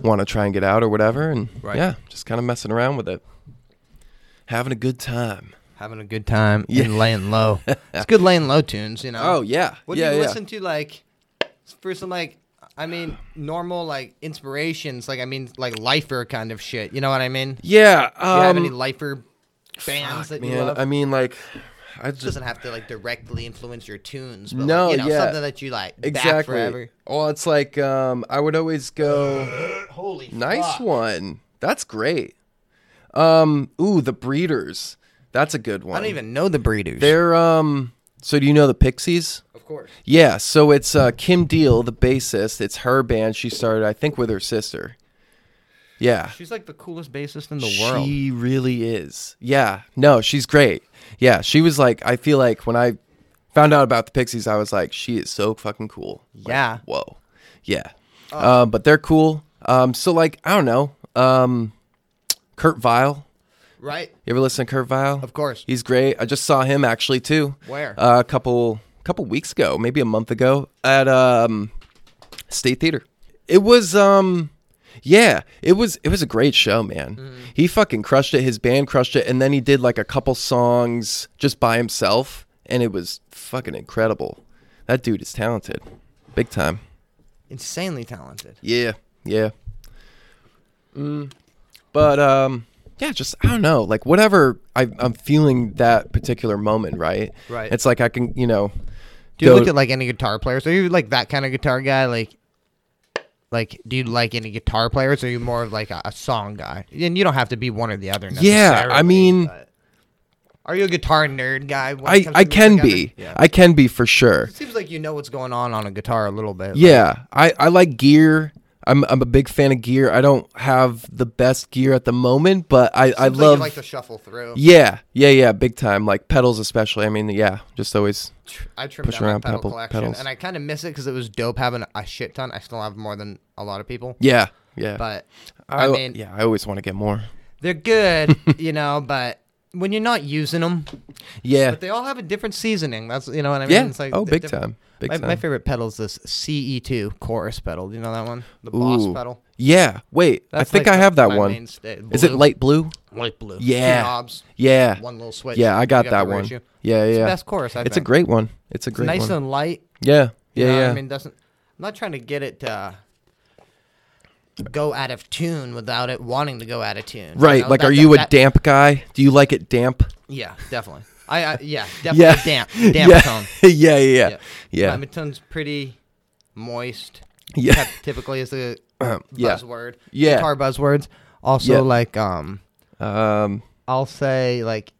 S2: want to try and get out or whatever, and
S1: Right.
S2: yeah, just kind of messing around with it, having a good time.
S1: Having a good time
S2: Yeah.
S1: and laying low. it's good laying low tunes, you know.
S2: Oh yeah,
S1: What
S2: yeah,
S1: do you
S2: yeah.
S1: listen to like for some like I mean normal like inspirations like I mean like lifer kind of shit. You know what I mean? Do
S2: Yeah. Um,
S1: you have any lifer bands that you
S2: man,
S1: love?
S2: I mean, like, I
S1: it
S2: just
S1: doesn't have to like directly influence your tunes, but
S2: No,
S1: like, you know,
S2: yeah.
S1: something that you like back
S2: exactly.
S1: forever.
S2: Well, it's like um, I would
S1: [sighs]
S2: always go.
S1: Holy
S2: Nice
S1: fuck.
S2: one. That's great. Um, ooh, the Breeders. That's a good one.
S1: I don't even know the breeders.
S2: They're um. So do you know the Pixies?
S1: of course.
S2: Yeah. So it's uh, Kim Deal, the bassist. It's her band. She started, I think, with her sister. Yeah.
S1: She's like the coolest bassist in the world.
S2: She really is. Yeah. No, she's great. Yeah. She was like, I feel like when I found out about the Pixies, I was like, she is so fucking cool. Like,
S1: Yeah.
S2: Whoa. Yeah. Um, but they're cool. Um, so like, I don't know. Um, Kurt Vile.
S1: Right?
S2: You ever listen to Kurt Vile?
S1: Of course.
S2: He's great. I just saw him actually too.
S1: Where?
S2: Uh, a couple couple weeks ago, maybe a month ago at um State Theater. It was um yeah, it was it was a great show, man.
S1: Mm-hmm.
S2: He fucking crushed it. His band crushed it and then he did like a couple songs just by himself and it was fucking incredible. That dude is talented. Big time.
S1: Insanely talented.
S2: Yeah, yeah. Mm.
S1: Mm.
S2: But um, yeah, just I don't know, like whatever I, I'm feeling that particular moment, right?
S1: Right.
S2: It's like I can, you know,
S1: Do you
S2: go-
S1: look at like any guitar players? Are you like that kind of guitar guy? Like, like do you like any guitar players? Or are you more of like a, a song guy? And you don't have to be one or the other.
S2: Yeah, I
S1: necessarily,
S2: mean-
S1: but- are you a guitar nerd guy? when it
S2: I
S1: comes to
S2: I can
S1: music?
S2: be,
S1: Yeah.
S2: I can be for sure.
S1: it seems like you know what's going on on a guitar a little bit.
S2: Yeah, I I like gear. I'm I'm a big fan of gear. I don't have the best gear at the moment, but I I
S1: Seems like you
S2: love.
S1: like to shuffle through.
S2: yeah, yeah, yeah, big time. Like pedals, especially. I mean, yeah, just always.
S1: I trimmed
S2: push
S1: down my
S2: around
S1: pedal
S2: pedal-
S1: collection,
S2: pedals.
S1: and I kind of miss it because it was dope having a shit ton. I still have more than a lot of people,
S2: Yeah, yeah.
S1: but I
S2: I,
S1: mean,
S2: yeah, I always want to get more. [laughs]
S1: they're good, you know, but when you're not using them,
S2: Yeah.
S1: but they all have a different seasoning. That's you know what I mean.
S2: Yeah.
S1: It's like
S2: oh,
S1: the
S2: big
S1: different-
S2: time. Big
S1: my,
S2: time.
S1: my favorite pedal is this CE2 chorus pedal. Do you know that one? The Boss
S2: Ooh.
S1: pedal.
S2: Yeah. Wait. I
S1: That's
S2: think
S1: like
S2: I have that
S1: my
S2: one.
S1: mainstay.
S2: Is it
S1: Blue.
S2: light blue?
S1: Light blue.
S2: Yeah.
S1: Two knobs.
S2: Yeah.
S1: One little switch.
S2: yeah, I got
S1: You got
S2: that
S1: the
S2: one.
S1: ratio.
S2: Yeah, yeah.
S1: It's the
S2: yeah.
S1: best chorus. I
S2: It's a
S1: think.
S2: great one. It's a
S1: It's
S2: great
S1: nice
S2: one.
S1: and light.
S2: yeah.
S1: you
S2: Yeah,
S1: know,
S2: yeah.
S1: I mean, doesn't. I'm not trying to get it to go out of tune without it wanting to go out of tune.
S2: right.
S1: know?
S2: like
S1: That-
S2: are you
S1: that-
S2: a
S1: that-
S2: damp guy? Do you like it damp?
S1: Yeah, definitely. I, I
S2: [laughs]
S1: yeah, definitely damp, [laughs] damp
S2: yeah.
S1: tone.
S2: [laughs] yeah, yeah, yeah.
S1: Yeah.
S2: Yeah.
S1: My mid-tone's pretty moist.
S2: [laughs] Yeah.
S1: typ- typically is the
S2: [clears throat] yeah.
S1: buzzword.
S2: Yeah.
S1: Guitar buzzwords. Also
S2: Yeah.
S1: like um
S2: Um
S1: I'll say like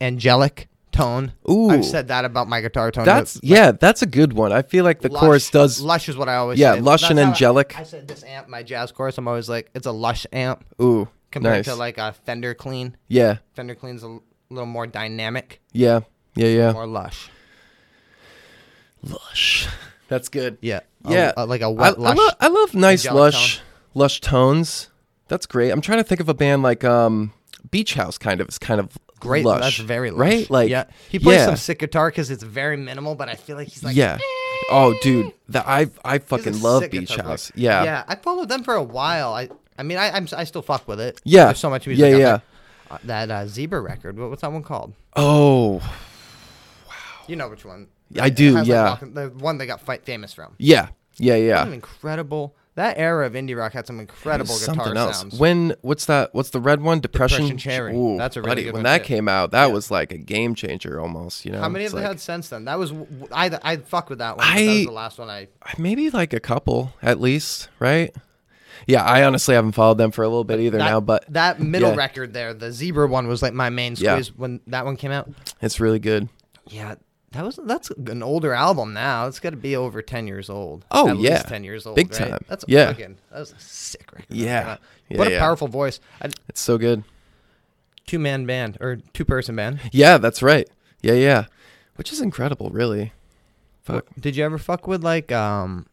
S1: angelic tone.
S2: Ooh.
S1: I've said that about my guitar tone.
S2: that's yeah, that's a good one. I feel like the
S1: Lush-
S2: chorus does
S1: lush is what I always
S2: Yeah,
S1: say.
S2: lush and
S1: how I-
S2: angelic.
S1: I, said this amp, my jazz chorus, I'm always like it's a lush amp
S2: ooh.
S1: compared
S2: nice.
S1: to like a Fender Clean.
S2: Yeah.
S1: Fender Clean's a l- little more dynamic,
S2: Yeah. Yeah, yeah.
S1: more lush.
S2: Lush. [laughs] That's good.
S1: Yeah. A-
S2: Yeah.
S1: a- like a
S2: I,
S1: wet
S2: I,
S1: lush.
S2: lo- I love nice
S1: angelic
S2: lush lush tones. That's great. I'm trying to think of a band like um Beach House kind of is kind of
S1: Great, that's
S2: lush.
S1: very lush.
S2: Right? Like
S1: yeah, he plays
S2: yeah.
S1: some sick guitar because it's very minimal, but I feel like he's like
S2: yeah. Oh, dude, that I I
S1: He's a
S2: fucking love
S1: sick
S2: Beach
S1: guitar player.
S2: House. Yeah.
S1: yeah. I followed them for a while. I, I mean, I, I'm, s- I still fuck with it.
S2: Yeah.
S1: There's so much music.
S2: Yeah,
S1: out
S2: yeah.
S1: there. Uh, that uh, zebra record. What, what's that one called?
S2: Oh,
S1: You know which one?
S2: I
S1: It
S2: do,
S1: has, like,
S2: yeah.
S1: walking- the one they got fi- famous from.
S2: yeah, yeah,
S1: Some
S2: [laughs] yeah.
S1: incredible. That era of indie rock had some incredible guitar
S2: Something else.
S1: sounds.
S2: When what's that? What's the red one? Depression,
S1: Depression Cherry.
S2: Ooh,
S1: That's a really
S2: buddy,
S1: good
S2: when
S1: one,
S2: that
S1: too.
S2: came out, that was like a game changer almost. You know,
S1: How many have
S2: It's
S1: they
S2: like-
S1: had since then? That was w- w- I. I fuck with that one. but that
S2: I-
S1: was the last one I.
S2: Maybe like a couple at least, right? Yeah, I honestly haven't followed them for a little bit either
S1: that,
S2: now, but
S1: that middle
S2: yeah.
S1: record there, the zebra one, was like my main
S2: Yeah.
S1: squeeze when that one came out.
S2: it's really good.
S1: Yeah, that was that's an older album now. It's got to be over ten years old.
S2: Oh,
S1: At
S2: yeah.
S1: least ten years old.
S2: Big
S1: right?
S2: time.
S1: That's
S2: Yeah.
S1: Fucking, that was a sick record. Uh,
S2: Yeah. Yeah,
S1: what a
S2: yeah.
S1: powerful voice. A
S2: It's so good.
S1: two man band or two person band.
S2: Yeah, that's right. Yeah, yeah, which is incredible, really. Fuck.
S1: Did you ever fuck with like um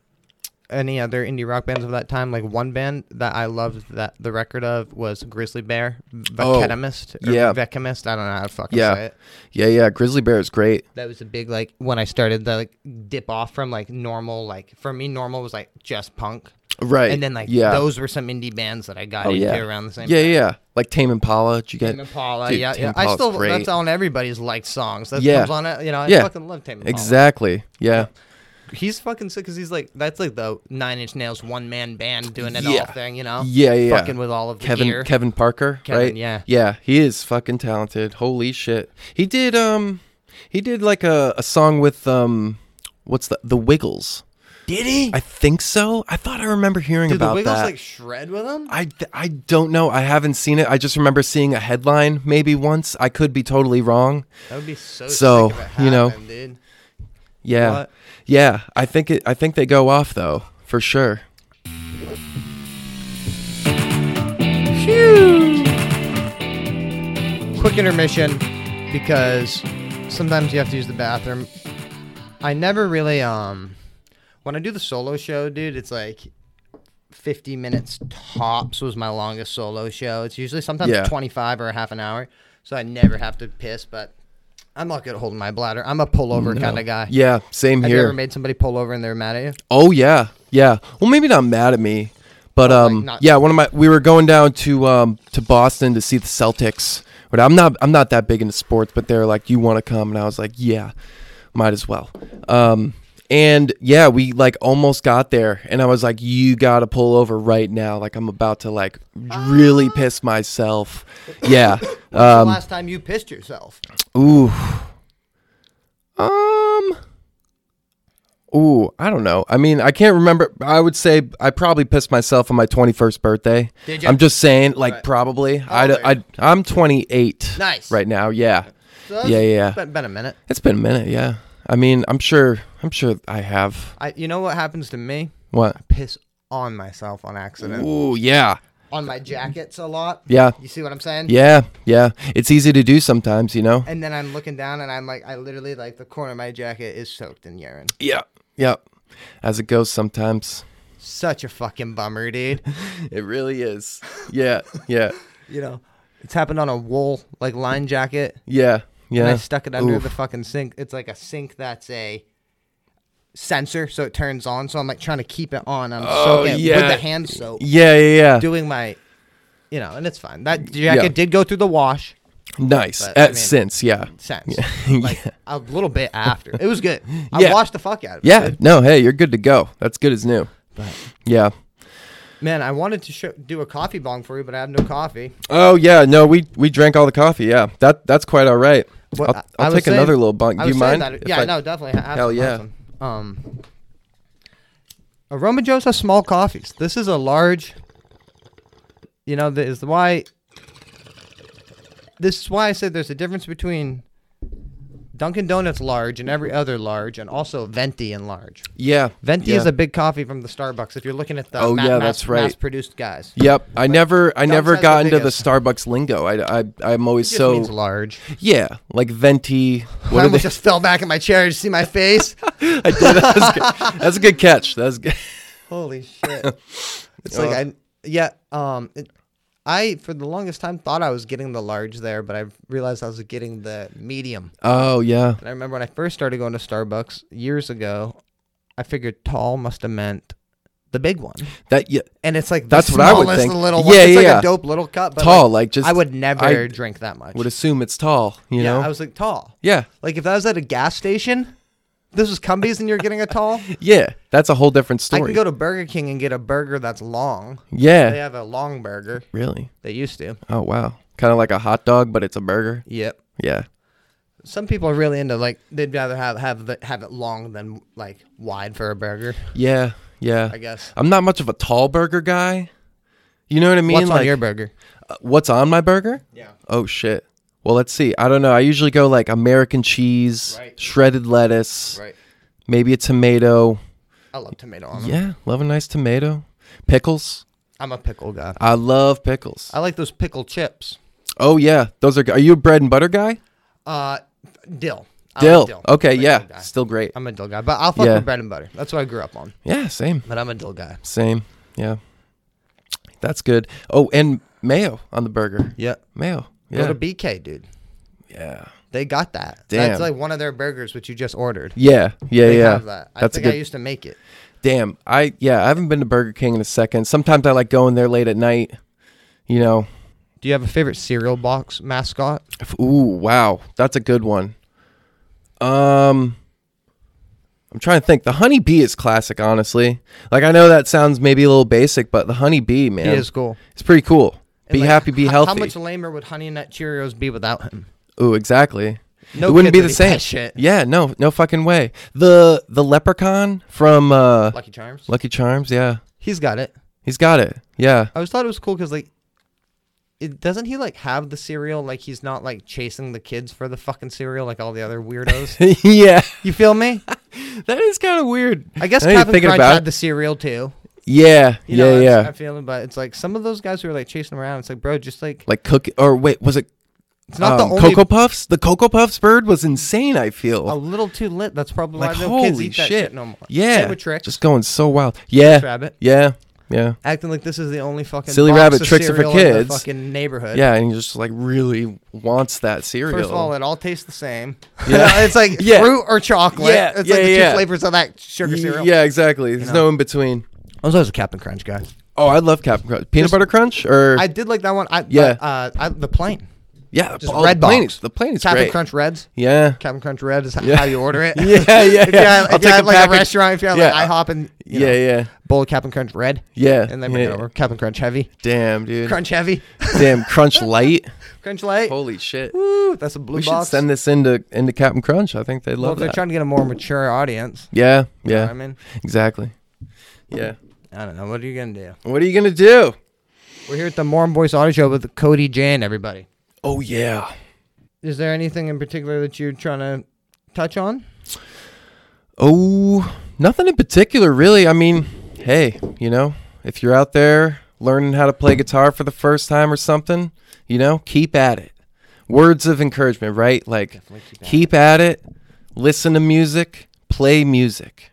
S1: any other indie rock bands of that time? Like one band that I loved that the record of was Grizzly Bear,
S2: Oh,
S1: Vekemist.
S2: yeah.
S1: Vekemist. I don't know how to fucking
S2: Yeah.
S1: say it.
S2: Yeah, yeah. Grizzly Bear is great.
S1: That was a big like when I started the like, dip off from like normal like for me normal was like just punk.
S2: Right.
S1: And then like
S2: yeah.
S1: those were some indie bands that I got
S2: Oh,
S1: into
S2: yeah.
S1: around the same.
S2: Yeah, yeah. Like Tame Impala. Did you get
S1: Tame Impala,
S2: Dude,
S1: yeah,
S2: Tame
S1: yeah. I
S2: Impala's
S1: still
S2: great.
S1: that's on everybody's liked songs. That
S2: Yeah.
S1: comes on it, you know. I
S2: Yeah.
S1: fucking love Tame Impala.
S2: Exactly. Yeah.
S1: He's fucking sick because he's like that's like the Nine Inch Nails one man band doing it all
S2: Yeah.
S1: thing, you know.
S2: Yeah, yeah.
S1: Fucking with all of the
S2: Kevin
S1: gear.
S2: Kevin Parker,
S1: Kevin,
S2: right?
S1: yeah.
S2: Yeah, he is fucking talented. Holy shit. He did um he did like a, a song with um what's the the Wiggles.
S1: Did he?
S2: I think so. I thought I remember hearing
S1: Did
S2: about
S1: the Wiggles
S2: that.
S1: like shred with him?
S2: I, th- I don't know. I haven't seen it. I just remember seeing a headline maybe once. I could be totally wrong.
S1: That would be so.
S2: So,
S1: sick if it
S2: you know,
S1: happened, dude.
S2: Yeah.
S1: What?
S2: Yeah, I think it I think they go off though, for sure.
S1: quick intermission because sometimes you have to use the bathroom. I never really um when I do the solo show, dude, it's like 50 minutes tops was my longest solo show. It's usually sometimes
S2: Yeah.
S1: 25 or a half an hour, so I never have to piss, but I'm not good at holding my bladder. I'm a pullover kind of guy.
S2: Yeah, same
S1: Have
S2: here.
S1: you ever made somebody pull over and they're mad at you?
S2: Oh yeah, yeah. Well, maybe not mad at me, but um,
S1: not-
S2: yeah. One of my we were going down to um to Boston to see the Celtics. But I'm not I'm not that big into sports, but they're like, you want to come, and I was like, yeah, might as well. Um, and yeah, we like almost got there, and I was like, you gotta pull over right now, like I'm about to like really piss myself. Yeah.
S1: When's the
S2: Um.
S1: last time you pissed yourself?
S2: Ooh. Um. Ooh, I don't know. I mean, I can't remember. I would say I probably pissed myself on my 21st birthday.
S1: Did ya?
S2: I'm just saying, like,
S1: Right.
S2: probably. I'd,
S1: old are
S2: I'd, I'm 28.
S1: Nice.
S2: Right now, yeah.
S1: So that's-
S2: Yeah, yeah.
S1: Been, been a minute.
S2: It's been a minute, yeah. I mean, I'm sure, I'm sure I have.
S1: I, you know what happens to me?
S2: What?
S1: Piss on myself on accident.
S2: Ooh, yeah.
S1: on my jackets a lot.
S2: Yeah.
S1: You see what I'm saying?
S2: Yeah, yeah. It's easy to do sometimes, you know?
S1: And then I'm looking down and I'm like, I literally, like, the corner of my jacket is soaked in urine.
S2: Yeah, yeah. As it goes sometimes.
S1: Such a fucking bummer, dude. [laughs]
S2: It really is. Yeah, yeah.
S1: You know, It's happened on a wool like line jacket.
S2: Yeah. Yeah.
S1: And I stuck it under
S2: Oof.
S1: the fucking sink. It's like a sink that's a sensor, so it turns on. So I'm like trying to keep it on. I'm
S2: Oh,
S1: soaking it
S2: yeah.
S1: with the hand soap,
S2: Yeah. Yeah. Yeah.
S1: doing my, you know, and it's fine. That jacket did go through the wash
S2: nice.
S1: But, I
S2: At
S1: mean-
S2: since. Yeah.
S1: since,
S2: [laughs] Yeah.
S1: like a little bit after. It was
S2: [laughs]
S1: good. I
S2: Yeah.
S1: washed the fuck out of it.
S2: Yeah. No. Hey, you're good to go. That's good as new. Yeah.
S1: Man, I wanted to show, do a coffee bong for you, but I have no coffee.
S2: Oh yeah. No, we we drank all the coffee. Yeah. That that's quite all right.
S1: What-
S2: I'll,
S1: I- I
S2: I'll
S1: was
S2: take
S1: saying-
S2: another little bunk.
S1: I
S2: Do you
S1: was saying
S2: mind?
S1: that-
S2: if
S1: yeah,
S2: I-
S1: no, definitely. Have
S2: Hell
S1: some,
S2: yeah.
S1: have some. Um, Aroma Joe's has small coffees. This is a large. You know, this is why. This is why I said there's a difference between Dunkin' Donuts large and every other large, and also Venti and large.
S2: Yeah.
S1: Venti
S2: yeah.
S1: is a big coffee from the Starbucks. If you're looking at the
S2: Oh, yeah,
S1: mass,
S2: that's right.
S1: produced guys,
S2: Yep. I never I
S1: Doug's
S2: never
S1: has the
S2: got into the
S1: biggest.
S2: Starbucks lingo. I I I'm always
S1: just
S2: so
S1: means large.
S2: yeah like
S1: [laughs]
S2: venti.
S1: I
S2: What are they?
S1: almost just fell back in my chair to see my face.
S2: [laughs] I did. That's good. That's a good catch. That's good.
S1: Holy
S2: [laughs]
S1: shit! It's like
S2: Uh,
S1: I yeah um it, I for the longest time thought I was getting the large there, but I realized I was getting the medium.
S2: Oh yeah.
S1: And I remember when I first started going to Starbucks years ago, I figured tall must have meant the big one,
S2: That yeah.
S1: and it's like the
S2: That's what I would
S1: smallest
S2: think.
S1: Little
S2: Yeah,
S1: one. It's like
S2: yeah.
S1: a dope little cup. But
S2: Tall, like, just-
S1: I would never
S2: I
S1: drink that much.
S2: Would assume it's tall. You
S1: yeah,
S2: know.
S1: I was like tall.
S2: yeah.
S1: Like if I was at a gas station, this was Cumbies, and you're getting a
S2: [laughs]
S1: tall.
S2: Yeah. That's a whole different
S1: I
S2: story.
S1: can go to Burger King and get a burger that's long. They
S2: yeah.
S1: have a long burger.
S2: Really.
S1: They used to.
S2: Oh wow. Kind of like a hot dog, but it's a burger.
S1: Yep.
S2: Yeah.
S1: Some people are really into like they'd rather have have the, have it long than like wide for a burger.
S2: Yeah. Yeah.
S1: I guess.
S2: I'm not much of a tall burger guy. You know what I mean?
S1: What's
S2: like,
S1: on your burger?
S2: uh, what's on my burger?
S1: Yeah.
S2: Oh shit. Well, let's see. I don't know. I usually go like American cheese,
S1: Right.
S2: shredded lettuce,
S1: Right.
S2: maybe a tomato.
S1: I love tomato on 'em.
S2: Yeah, love a nice tomato. Pickles.
S1: I'm a pickle guy.
S2: I love pickles.
S1: I like those pickle chips.
S2: Oh yeah, those are. g- Are you a bread and butter guy?
S1: Uh, dill. I like
S2: Dill.
S1: I
S2: Okay,
S1: like
S2: yeah,
S1: dill guy.
S2: still great.
S1: I'm a dill guy, but I'll fuck
S2: Yeah.
S1: with bread and butter. That's what I grew up on.
S2: yeah, same,
S1: But I'm a dill guy.
S2: same. Yeah, that's good. Oh, and mayo on the burger.
S1: Yeah.
S2: Mayo.
S1: Go
S2: Yeah.
S1: to BK, dude.
S2: yeah.
S1: They got that.
S2: Damn.
S1: That's like one of their burgers which you just ordered.
S2: Yeah. Yeah.
S1: They
S2: yeah.
S1: have that. I
S2: That's
S1: think
S2: a good.
S1: I used to make it.
S2: Damn. I yeah. I haven't been to Burger King in a second. Sometimes I like going there late at night. You know.
S1: Do you have a favorite cereal box mascot?
S2: If- Ooh, wow, that's a good one. Um, I'm trying to think. The honey bee is classic, honestly. Like I know that sounds maybe a little basic, but the honey bee, man,
S1: He is cool.
S2: it's pretty cool.
S1: And,
S2: Be
S1: like,
S2: happy, be
S1: h-
S2: healthy.
S1: How much lamer would Honey Nut Cheerios be without him?
S2: Ooh, exactly.
S1: No
S2: it
S1: kids
S2: wouldn't be
S1: would
S2: the
S1: eat
S2: same.
S1: that shit.
S2: Yeah, no, no fucking way. The the leprechaun from uh,
S1: Lucky Charms.
S2: Lucky Charms, yeah,
S1: He's got it.
S2: he's got it. Yeah, [laughs]
S1: I always thought it was cool because like, it doesn't he like have the cereal? Like he's not like chasing the kids for the fucking cereal like all the other
S2: [laughs]
S1: weirdos.
S2: yeah,
S1: you feel me?
S2: that is kind of weird.
S1: I guess
S2: Now you're
S1: Captain
S2: thinking
S1: Crunch
S2: about
S1: had
S2: it.
S1: the cereal too.
S2: Yeah,
S1: You
S2: yeah,
S1: know,
S2: yeah.
S1: I'm feeling, but it's like some of those guys who are like chasing around. It's like, bro, just like
S2: like cook or wait, was it
S1: it's not
S2: Um,
S1: the only.
S2: Cocoa Puffs. The Cocoa Puffs bird was insane. I feel
S1: a little too lit. That's probably
S2: like
S1: why no
S2: holy
S1: kids eat that
S2: shit.
S1: shit. no more.
S2: Yeah,
S1: Same with Trix.
S2: just going so wild. Yeah,
S1: Rabbit.
S2: yeah, yeah,
S1: acting like this is the only fucking
S2: Silly
S1: box
S2: Rabbit
S1: of
S2: tricks are for
S1: cereal in the
S2: kids.
S1: fucking neighborhood.
S2: yeah. And he just like really wants that cereal.
S1: First of all, it all tastes the same.
S2: [laughs]
S1: [laughs]
S2: Yeah.
S1: it's like
S2: Yeah.
S1: fruit or chocolate.
S2: Yeah,
S1: It's
S2: yeah,
S1: like the
S2: yeah.
S1: two flavors of that sugar
S2: Y-
S1: cereal.
S2: yeah, exactly. There's no in between.
S1: I was always a Captain Crunch guy.
S2: Oh, I love Captain Crunch. Peanut butter crunch or
S1: I did like that one. I, yeah.
S2: Yeah.
S1: uh, I, the plain.
S2: yeah,
S1: Just
S2: oh,
S1: red
S2: the plane
S1: box.
S2: is- the plane is
S1: Captain
S2: great.
S1: Crunch Reds.
S2: Yeah,
S1: Captain Crunch Red is h-
S2: [laughs] Yeah.
S1: how you order it.
S2: yeah, yeah.
S1: [laughs] if you
S2: yeah.
S1: had, if you had like a restaurant, if you had
S2: Yeah.
S1: like IHOP and you
S2: yeah,
S1: know,
S2: yeah,
S1: bowl of Captain Crunch Red.
S2: yeah.
S1: And then bring
S2: yeah.
S1: it over. Captain Crunch Heavy.
S2: Damn, dude.
S1: Crunch Heavy.
S2: [laughs] Damn,
S1: [laughs]
S2: Crunch Light.
S1: Crunch Light.
S2: Holy shit.
S1: Ooh, that's a blue
S2: We should
S1: box.
S2: send this into into Captain Crunch. I think they'd
S1: well,
S2: love
S1: if they're
S2: that.
S1: trying to get a more mature audience.
S2: Yeah, yeah.
S1: I mean,
S2: Exactly. Yeah.
S1: I don't know. What are you gonna do?
S2: What are you gonna do?
S1: We're here at the Mormon Boys Auto Show with Cody Jan. Everybody,
S2: Oh yeah.
S1: is there anything in particular that you're trying to touch on?
S2: Oh, nothing in particular, really. I mean, hey, you know, if you're out there learning how to play guitar for the first time or something, you know, keep at it. Words of encouragement, right? Like,
S1: keep
S2: keep,
S1: at
S2: at it. Listen to music. Play music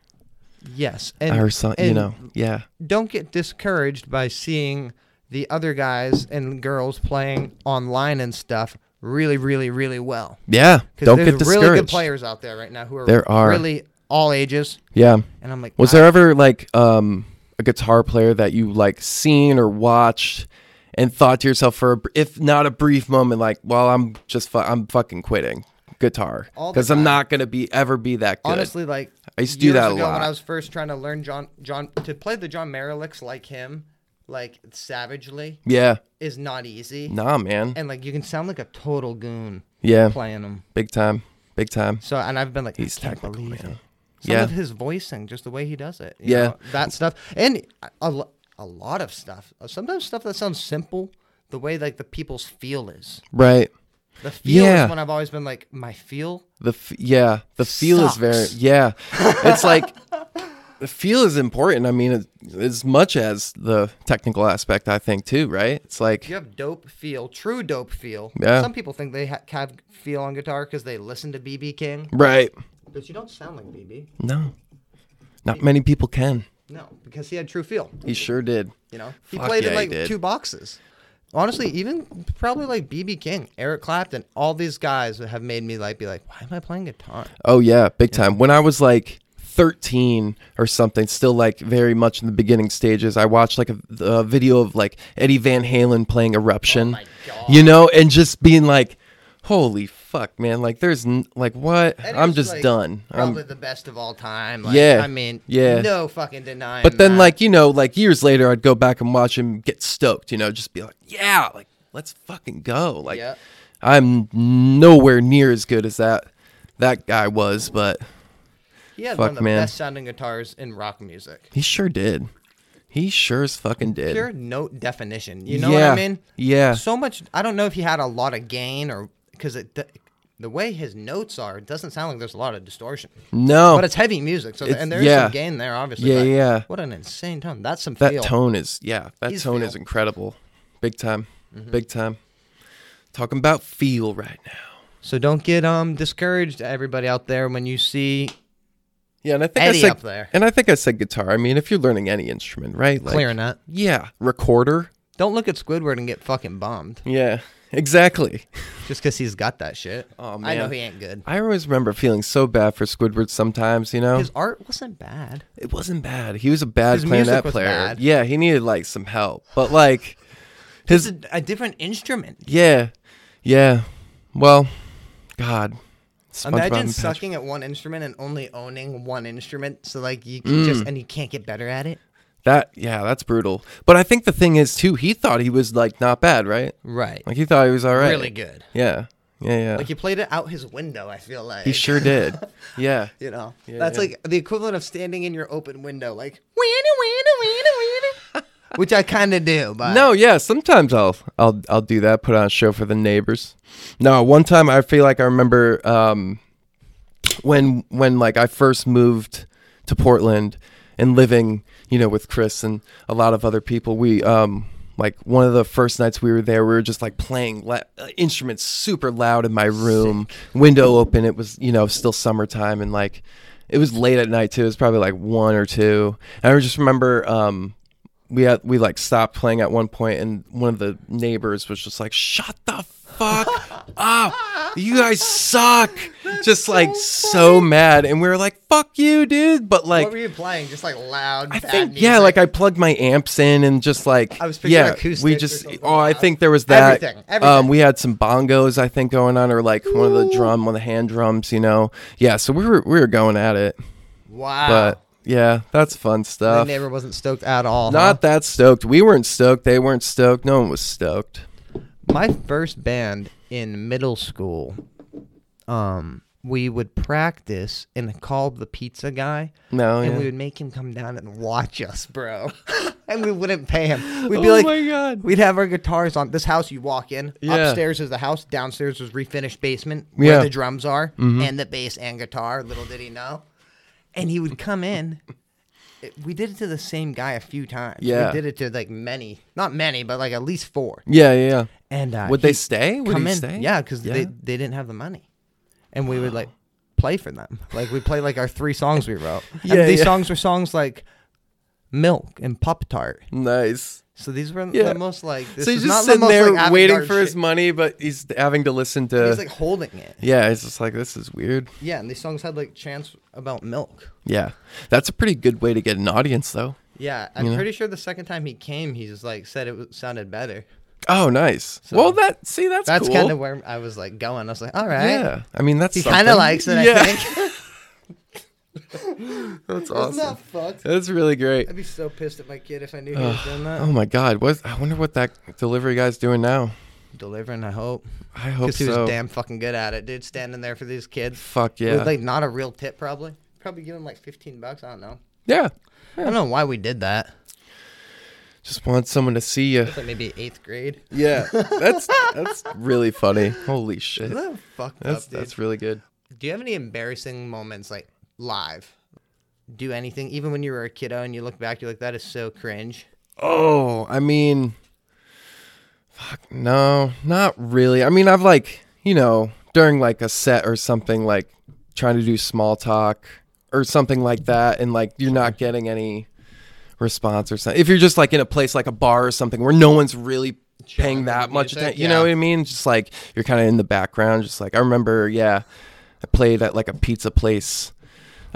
S1: Yes, and
S2: or something. You
S1: and [laughs]
S2: know, yeah.
S1: don't get discouraged by seeing the other guys and girls playing online and stuff really, really, really well.
S2: Yeah.
S1: Because
S2: Don't
S1: there's
S2: get discouraged.
S1: really good players out there right now who are,
S2: There are.
S1: really all ages.
S2: Yeah.
S1: And I'm like,
S2: Was
S1: I-
S2: there ever like um a guitar player that you like seen or watched and thought to yourself for a, br- if not a brief moment like, well, I'm just fu- I'm fucking quitting guitar
S1: All the
S2: because I'm
S1: time.
S2: not gonna be ever be that good.
S1: honestly like
S2: I used to do
S1: years
S2: that a
S1: ago
S2: lot.
S1: when I was first trying to learn John John to play the John Merrillicks like him, like savagely,
S2: yeah.
S1: is not easy.
S2: Nah, man.
S1: And like you can sound like a total goon
S2: Yeah.
S1: playing him.
S2: Big time. Big time.
S1: So and I've been like,
S2: He's
S1: I can't
S2: technical,
S1: believe
S2: man.
S1: it. Some
S2: Yeah.
S1: of his voicing, just the way he does it. you
S2: Yeah.
S1: know, that stuff, and a- a, lo- a lot of stuff. Uh, Sometimes stuff that sounds simple, the way like the people's feel is.
S2: Right.
S1: The feel
S2: Yeah.
S1: is when I've always been like, my feel.
S2: The f- yeah, the feel is very
S1: Sucks. [laughs]
S2: yeah. It's like the feel is important. I mean, as- as much as the technical aspect, I think too. Right? It's like
S1: You have dope feel, true dope feel.
S2: Yeah.
S1: Some people think they ha- have feel on guitar because they listen to BB King,
S2: right.
S1: but you don't sound like BB.
S2: No, not many people can.
S1: No, because he had true feel.
S2: He sure did.
S1: You know, he
S2: Fuck
S1: played
S2: yeah,
S1: in
S2: he
S1: like
S2: did.
S1: two boxes. Honestly, even probably like BB King, Eric Clapton, all these guys that have made me like be like, why am I playing guitar?
S2: Oh yeah, big time. When I was like 13 or something, still like very much in the beginning stages, I watched like a, a video of like Eddie Van Halen playing Eruption.
S1: Oh my God.
S2: You know, and just being like, "Holy fuck, man! Like, there's n- like what?
S1: And it
S2: I'm
S1: was,
S2: just
S1: like,
S2: done." I'm-
S1: Probably the best of all time. Like,
S2: Yeah,
S1: I mean,
S2: yeah.
S1: no fucking denying.
S2: but then
S1: that.
S2: like you know like years later i'd go back and watch him get stoked you know just be like yeah like let's fucking go like
S1: Yeah.
S2: i'm nowhere near as good as that that guy was but
S1: he had
S2: fuck,
S1: one of the
S2: man.
S1: best sounding guitars in rock music.
S2: he sure did he sure as fucking did
S1: Pure note definition. You know
S2: yeah
S1: what I mean?
S2: yeah
S1: So much. I don't know if he had a lot of gain or because it. The, the way his notes are, it doesn't sound like there's a lot of distortion.
S2: no
S1: but it's heavy music, so
S2: Oh. It's-
S1: and there's
S2: yeah.
S1: some gain there, obviously.
S2: Yeah,
S1: but
S2: yeah.
S1: What an insane tone! That's some
S2: that
S1: feel.
S2: tone is yeah that
S1: He's Mm-hmm.
S2: tone is
S1: feel.
S2: incredible big time big time talking about feel right now
S1: So don't get um discouraged, everybody out there, when you see
S2: yeah and i think
S1: Eddie
S2: i said
S1: up there.
S2: and i think i said guitar i mean if you're learning any instrument right like
S1: clarinet.
S2: yeah recorder
S1: Don't look at Squidward and get fucking bummed
S2: Yeah, exactly.
S1: just because he's got that shit.
S2: Oh,
S1: I know
S2: man.
S1: he ain't good.
S2: I always remember feeling so bad for Squidward sometimes, you know?
S1: His art wasn't bad.
S2: it wasn't bad. He was a bad
S1: His music
S2: clarinet
S1: was
S2: player.
S1: bad.
S2: Yeah, he needed like some help. But like his
S1: It's a, a different instrument.
S2: yeah. Yeah. Well, god. SpongeBob
S1: Imagine
S2: and Patrick-
S1: sucking at one instrument and only owning one instrument. So like you can
S2: Mm.
S1: just and you can't get better at it.
S2: That yeah, that's brutal. But I think the thing is too, he thought he was like not bad, right?
S1: Right.
S2: Like he thought he was all right.
S1: Really good.
S2: Yeah. Yeah, yeah.
S1: Like he played it out his window. I feel like
S2: he sure
S1: [laughs]
S2: did. Yeah.
S1: You know,
S2: Yeah,
S1: that's
S2: yeah.
S1: like the equivalent of standing in your open window, like "Weena, weena, weena, weena," [laughs] which I kind of do, but
S2: No, yeah. Sometimes I'll I'll I'll do that. Put on a show for the neighbors. No, one time I feel like I remember um, when when like I first moved to Portland and living, you know, with Chris and a lot of other people. We um like one of the first nights we were there, we were just like playing la- uh, instruments super loud in my room, window open. It was you know still summertime and like. It was late at night too. It was probably like one or two. And I just remember um, we had we like stopped playing at one point and one of the neighbors was just like shut the
S1: [laughs]
S2: fuck up you guys suck just like so mad and we were like fuck you dude but
S1: what
S2: like
S1: were you playing? Just like loud.
S2: I think yeah, like I plugged my amps in and just like
S1: I was picturing
S2: yeah, we
S1: acoustics or
S2: just
S1: something
S2: oh I
S1: loud.
S2: think there was that
S1: Everything, everything.
S2: um we had some bongos I think going on or like one of the drum one of the hand drums you know yeah so we were we were going at it
S1: wow.
S2: but yeah that's fun
S1: the
S2: stuff
S1: neighbor wasn't stoked at all.
S2: not that stoked. We weren't stoked. They weren't stoked. No one was stoked.
S1: huh? my first band in middle school. Um, we would practice and call the pizza guy.
S2: No.
S1: and
S2: Oh, yeah.
S1: we would make him come down and watch us,
S2: [laughs]
S1: bro. [laughs] and we wouldn't pay him. We'd be
S2: Oh
S1: like,
S2: my God.
S1: We'd have our guitars on this house. You walk in.
S2: Yeah.
S1: Upstairs is the house. Downstairs was refinished basement
S2: Yeah. Mm-hmm.
S1: where the drums are and the bass and guitar. Little did he know. And he would come in. [laughs] It- We did it to the same guy a few times.
S2: Yeah.
S1: we did it to like many, not many, but like at least four.
S2: yeah, yeah, yeah.
S1: And uh,
S2: Would they
S1: he'd
S2: stay? Would
S1: come
S2: he
S1: in,
S2: stay?
S1: yeah, because
S2: Yeah.
S1: they they didn't have the money, and we would like play for them. Like we play like our three songs we wrote.
S2: [laughs] Yeah,
S1: and these
S2: yeah.
S1: songs were songs like milk and Pop Tart.
S2: Nice.
S1: So these were
S2: Yeah.
S1: the most like. This
S2: so he's
S1: is not
S2: just
S1: the
S2: sitting
S1: most,
S2: there
S1: like,
S2: waiting
S1: avant-garde
S2: for his
S1: shit.
S2: money, but he's having to listen to.
S1: He's like holding it.
S2: yeah, it's just like this is weird.
S1: Yeah, and these songs had like chants about milk.
S2: Yeah, that's a pretty good way to get an audience, though.
S1: Yeah, I'm
S2: Yeah.
S1: pretty sure the second time he came, he just like said it was, sounded better.
S2: Oh, nice.
S1: So-
S2: well, that see, that's
S1: That's
S2: cool.
S1: kind of where I was like going. I was like, all right,
S2: yeah. I mean, that's
S1: he kind of likes it. I think.
S2: that's
S1: [laughs] Isn't
S2: [laughs] awesome.
S1: that fucked?
S2: That's really great.
S1: I'd be so pissed at my kid if I knew he was doing that.
S2: Oh my God, what? I wonder what that delivery guy's doing now.
S1: Delivering, I hope.
S2: I hope
S1: Because he was
S2: so.
S1: damn fucking good at it, dude. Standing there for these kids.
S2: Fuck yeah.
S1: With like not a real tip, probably. Probably give him like 15 bucks. I don't know.
S2: yeah.
S1: I don't know why we did that.
S2: Just want someone to see you.
S1: It's like maybe eighth grade.
S2: Yeah, that's that's really funny. Holy shit.
S1: Isn't that fucked
S2: [laughs] That's
S1: up, dude?
S2: that's really good.
S1: Do you have any embarrassing moments like live? Do anything, even when you were a kiddo and you look back, you're like, that is so cringe.
S2: Oh, I mean, fuck, no, not really. I mean, I've like, you know, during like a set or something, like trying to do small talk or something like that, and like you're not getting any response or something. If you're just like in a place like a bar or something where no one's really paying
S1: on to
S2: that
S1: the
S2: much
S1: music,
S2: attention, you know
S1: yeah.
S2: what I mean? Just like you're kind of in the background, just like I remember, yeah, I played at like a pizza place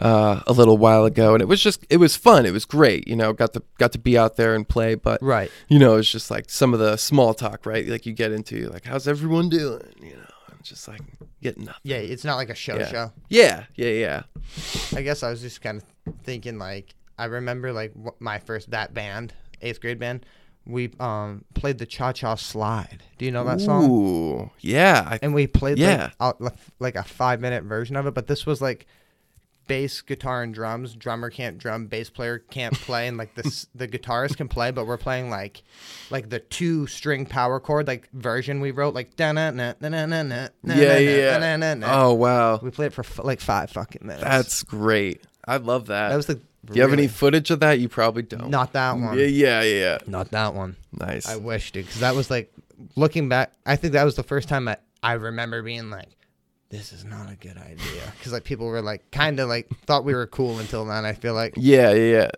S2: uh, a little while ago, and it was just it was fun. It was great, you know. Got to got to be out there and play, but
S1: Right.
S2: you know, it's just like some of the small talk, right? Like you get into like, how's everyone doing? You know, I'm just like getting nothing.
S1: Yeah, it's not like a show
S2: Yeah.
S1: show.
S2: Yeah, yeah, yeah.
S1: I guess I was just kind of thinking like I remember like wh- my first that band, eighth grade band. We um played the Cha Cha Slide. Do you know that song?
S2: Ooh, yeah. I,
S1: And we played
S2: Yeah.
S1: like, a, like a five minute version of it, but this was like bass, guitar, and drums. Drummer can't drum, bass player can't play, and like this the guitarist can play, but we're playing like like the two string power chord like version we wrote like da na na na na na na
S2: yeah, yeah.
S1: na
S2: yeah.
S1: na.
S2: Oh wow,
S1: We played it for f- like five fucking minutes.
S2: that's great. I love that.
S1: that was the.
S2: Do you have any
S1: really-
S2: footage of that? You probably don't.
S1: Not that one.
S2: Yeah, yeah, yeah.
S1: Not that one.
S2: Nice.
S1: I wish, dude, because that was like looking back. I think that was the first time I I remember being like, "This is not a good idea," because like people were like kind of like thought we were cool until then. I feel like
S2: yeah, yeah, yeah.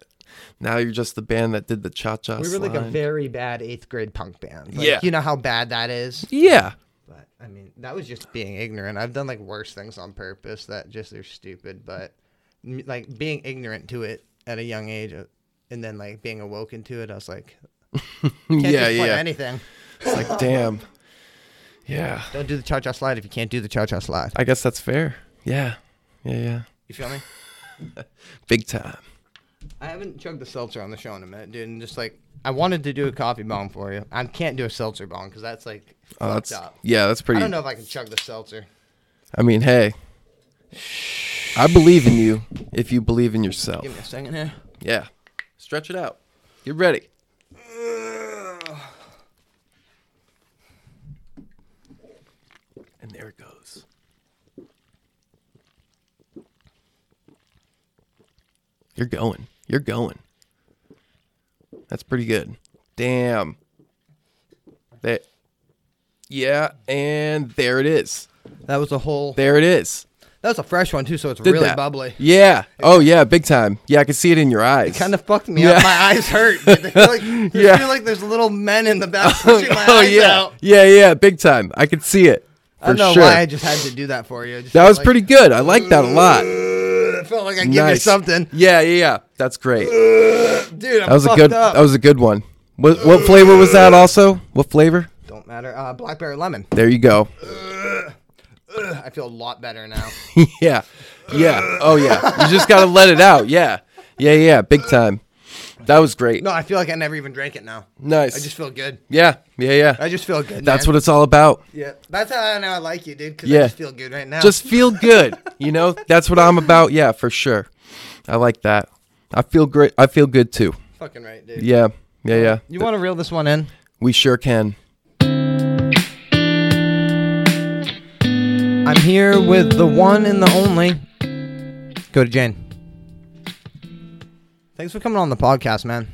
S2: Now you're just the band that did the cha cha.
S1: we were like a very bad eighth grade punk band. Like,
S2: Yeah.
S1: you know how bad that is.
S2: [laughs] yeah.
S1: But I mean, that was just being ignorant. I've done like worse things on purpose that just are stupid, but m- like being ignorant to it at a young age. uh, And then, like being awoken to it, I was like, can't
S2: yeah,
S1: just play
S2: yeah.
S1: anything.
S2: It's like, damn. Yeah.
S1: Don't do the cha cha slide if you can't do the cha cha slide.
S2: I guess that's fair. Yeah. Yeah, yeah.
S1: You feel me?
S2: Big time.
S1: I haven't chugged the seltzer on the show in a minute, dude. And just like I wanted to do a coffee bomb for you, I can't do a seltzer bomb because that's like
S2: Oh,
S1: fucked
S2: that's
S1: up.
S2: yeah, that's
S1: I
S2: pretty. I,
S1: don't know if I can chug the seltzer.
S2: mean, hey, I believe in you if you believe in yourself.
S1: Give me a second here.
S2: Yeah, stretch it out. Get ready. And there it goes. You're going. You're going. That's pretty good. Damn. That. Yeah, and there it is.
S1: That was a whole.
S2: There it is.
S1: That was a fresh one too, so it's
S2: Did
S1: really
S2: that. [laughs]
S1: bubbly.
S2: Yeah. Oh yeah, big time. Yeah, I can see it in your eyes.
S1: Kind of fucked me
S2: Yeah.
S1: up. My eyes hurt. dude.
S2: [laughs]
S1: They feel like, I
S2: Yeah.
S1: feel like there's little men in the back pushing my
S2: [laughs] oh
S1: eyes
S2: yeah,
S1: out.
S2: yeah, yeah, big time. I could see it.
S1: I don't
S2: for
S1: know
S2: sure.
S1: why I just had to do that for you. It just
S2: that
S1: felt
S2: was
S1: like-
S2: pretty good. I like that a lot.
S1: Ugh, It felt like I gave you
S2: Nice.
S1: something,
S2: Yeah, yeah, yeah. That's great. That
S1: dude. I'm
S2: was a
S1: fucked
S2: good.
S1: Up.
S2: That was a good one. What what flavor was that? Also, what flavor?
S1: Don't matter. Uh, blackberry lemon.
S2: There you go. [laughs]
S1: Ugh, I feel a lot better now.
S2: yeah, yeah. Oh yeah. You just gotta let it out. Yeah, yeah, yeah. Big time. That was great.
S1: No, I feel like I never even drank it now.
S2: Nice.
S1: I just feel good.
S2: yeah, yeah, yeah.
S1: I just feel good.
S2: That's
S1: man.
S2: what it's all about.
S1: Yeah, that's how I know I like you, dude. Because
S2: Yeah.
S1: I just feel good right now.
S2: just feel good you know that's what i'm about yeah for sure i like that i feel great i feel good too
S1: fucking right, dude.
S2: yeah yeah yeah
S1: Uh, You want to reel this one in?
S2: we sure can
S1: I'm here with the one and the only. Go to Jane. Thanks for coming on the podcast, man.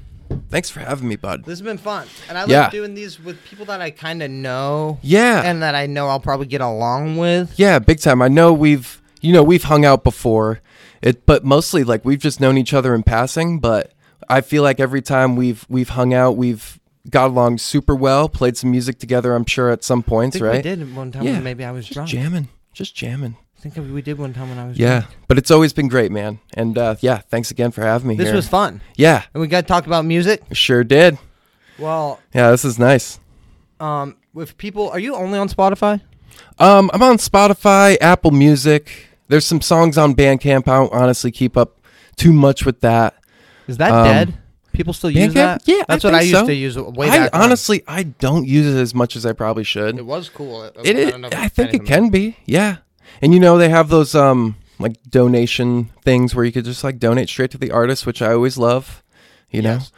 S2: thanks for having me bud
S1: This has been fun, and I like
S2: Yeah.
S1: doing these with people that I kind of know.
S2: Yeah.
S1: and that I know I'll probably get along with.
S2: yeah big time i know we've you know we've hung out before it but mostly like we've just known each other in passing but I feel like every time we've we've hung out, we've got along super well, played some music together. I'm sure at some
S1: I
S2: points,
S1: think
S2: right?
S1: we did one time
S2: Yeah.
S1: when maybe I was drunk.
S2: Jamming, just jamming.
S1: I think we did one time when I was
S2: Yeah,
S1: drunk.
S2: but it's always been great, man. And uh, yeah, thanks again for having me
S1: This
S2: here.
S1: was fun.
S2: yeah,
S1: And we got to talk about music.
S2: sure did.
S1: Well,
S2: Yeah, this is nice.
S1: um, with people, are you only on Spotify?
S2: Um, I'm on Spotify, Apple Music. There's some songs on Bandcamp. I don't honestly keep up too much with that.
S1: Is that
S2: Um,
S1: dead? People still use
S2: Bandcamp?
S1: that?
S2: Yeah, I
S1: that's what
S2: think
S1: I used
S2: so.
S1: to use way
S2: I
S1: back. when.
S2: honestly I don't use it as much as I probably should.
S1: it was cool. It,
S2: It is.
S1: don't know if
S2: I think it
S1: anything-
S2: can be. Yeah. And you know they have those um like donation things where you could just like donate straight to the artist, which I always love. You
S1: Yes.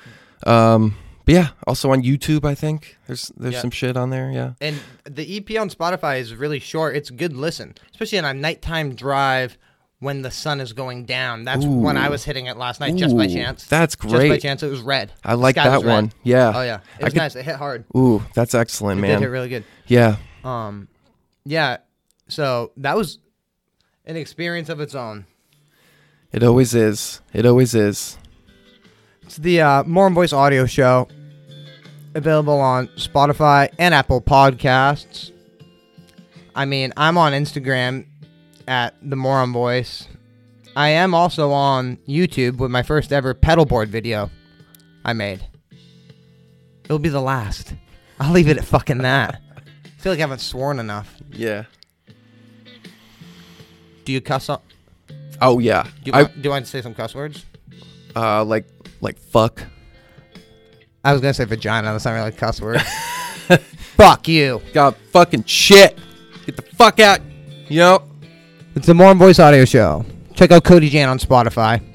S2: know. Um. But yeah. Also on YouTube, I think there's there's
S1: Yeah.
S2: some shit on there. Yeah.
S1: And the EP on Spotify is really short. It's a good listen, especially on a nighttime drive when the sun is going down. That's when I was hitting it last night, just by
S2: Ooh,
S1: chance.
S2: that's
S1: Just by
S2: great.
S1: chance, it was red.
S2: I like
S1: Sky was
S2: that
S1: red.
S2: one. Yeah.
S1: Oh yeah, it
S2: I
S1: was
S2: could-
S1: nice. It hit hard.
S2: Ooh, that's excellent,
S1: It did hit
S2: man.
S1: really good.
S2: Yeah.
S1: Um, yeah. So that was an experience of its own.
S2: It always is. It always is.
S1: It's the uh, More and Voice audio show, available on Spotify and Apple Podcasts. I mean, I'm on Instagram at the Moron Voice. I am also on YouTube with my first ever pedal board video I made. It'll be the last. I'll leave it at fucking that. I feel like I haven't sworn enough.
S2: Yeah.
S1: Do you cuss? On,
S2: Oh yeah.
S1: do, you
S2: I
S1: want, do you want to say some cuss words?
S2: uh like like fuck.
S1: I was gonna say vagina. That's not really a cuss word. [laughs] Fuck you.
S2: God fucking shit. Get the fuck out. You know.
S1: It's the Mormon Voice Audio Show. Check out Cody Jan on Spotify.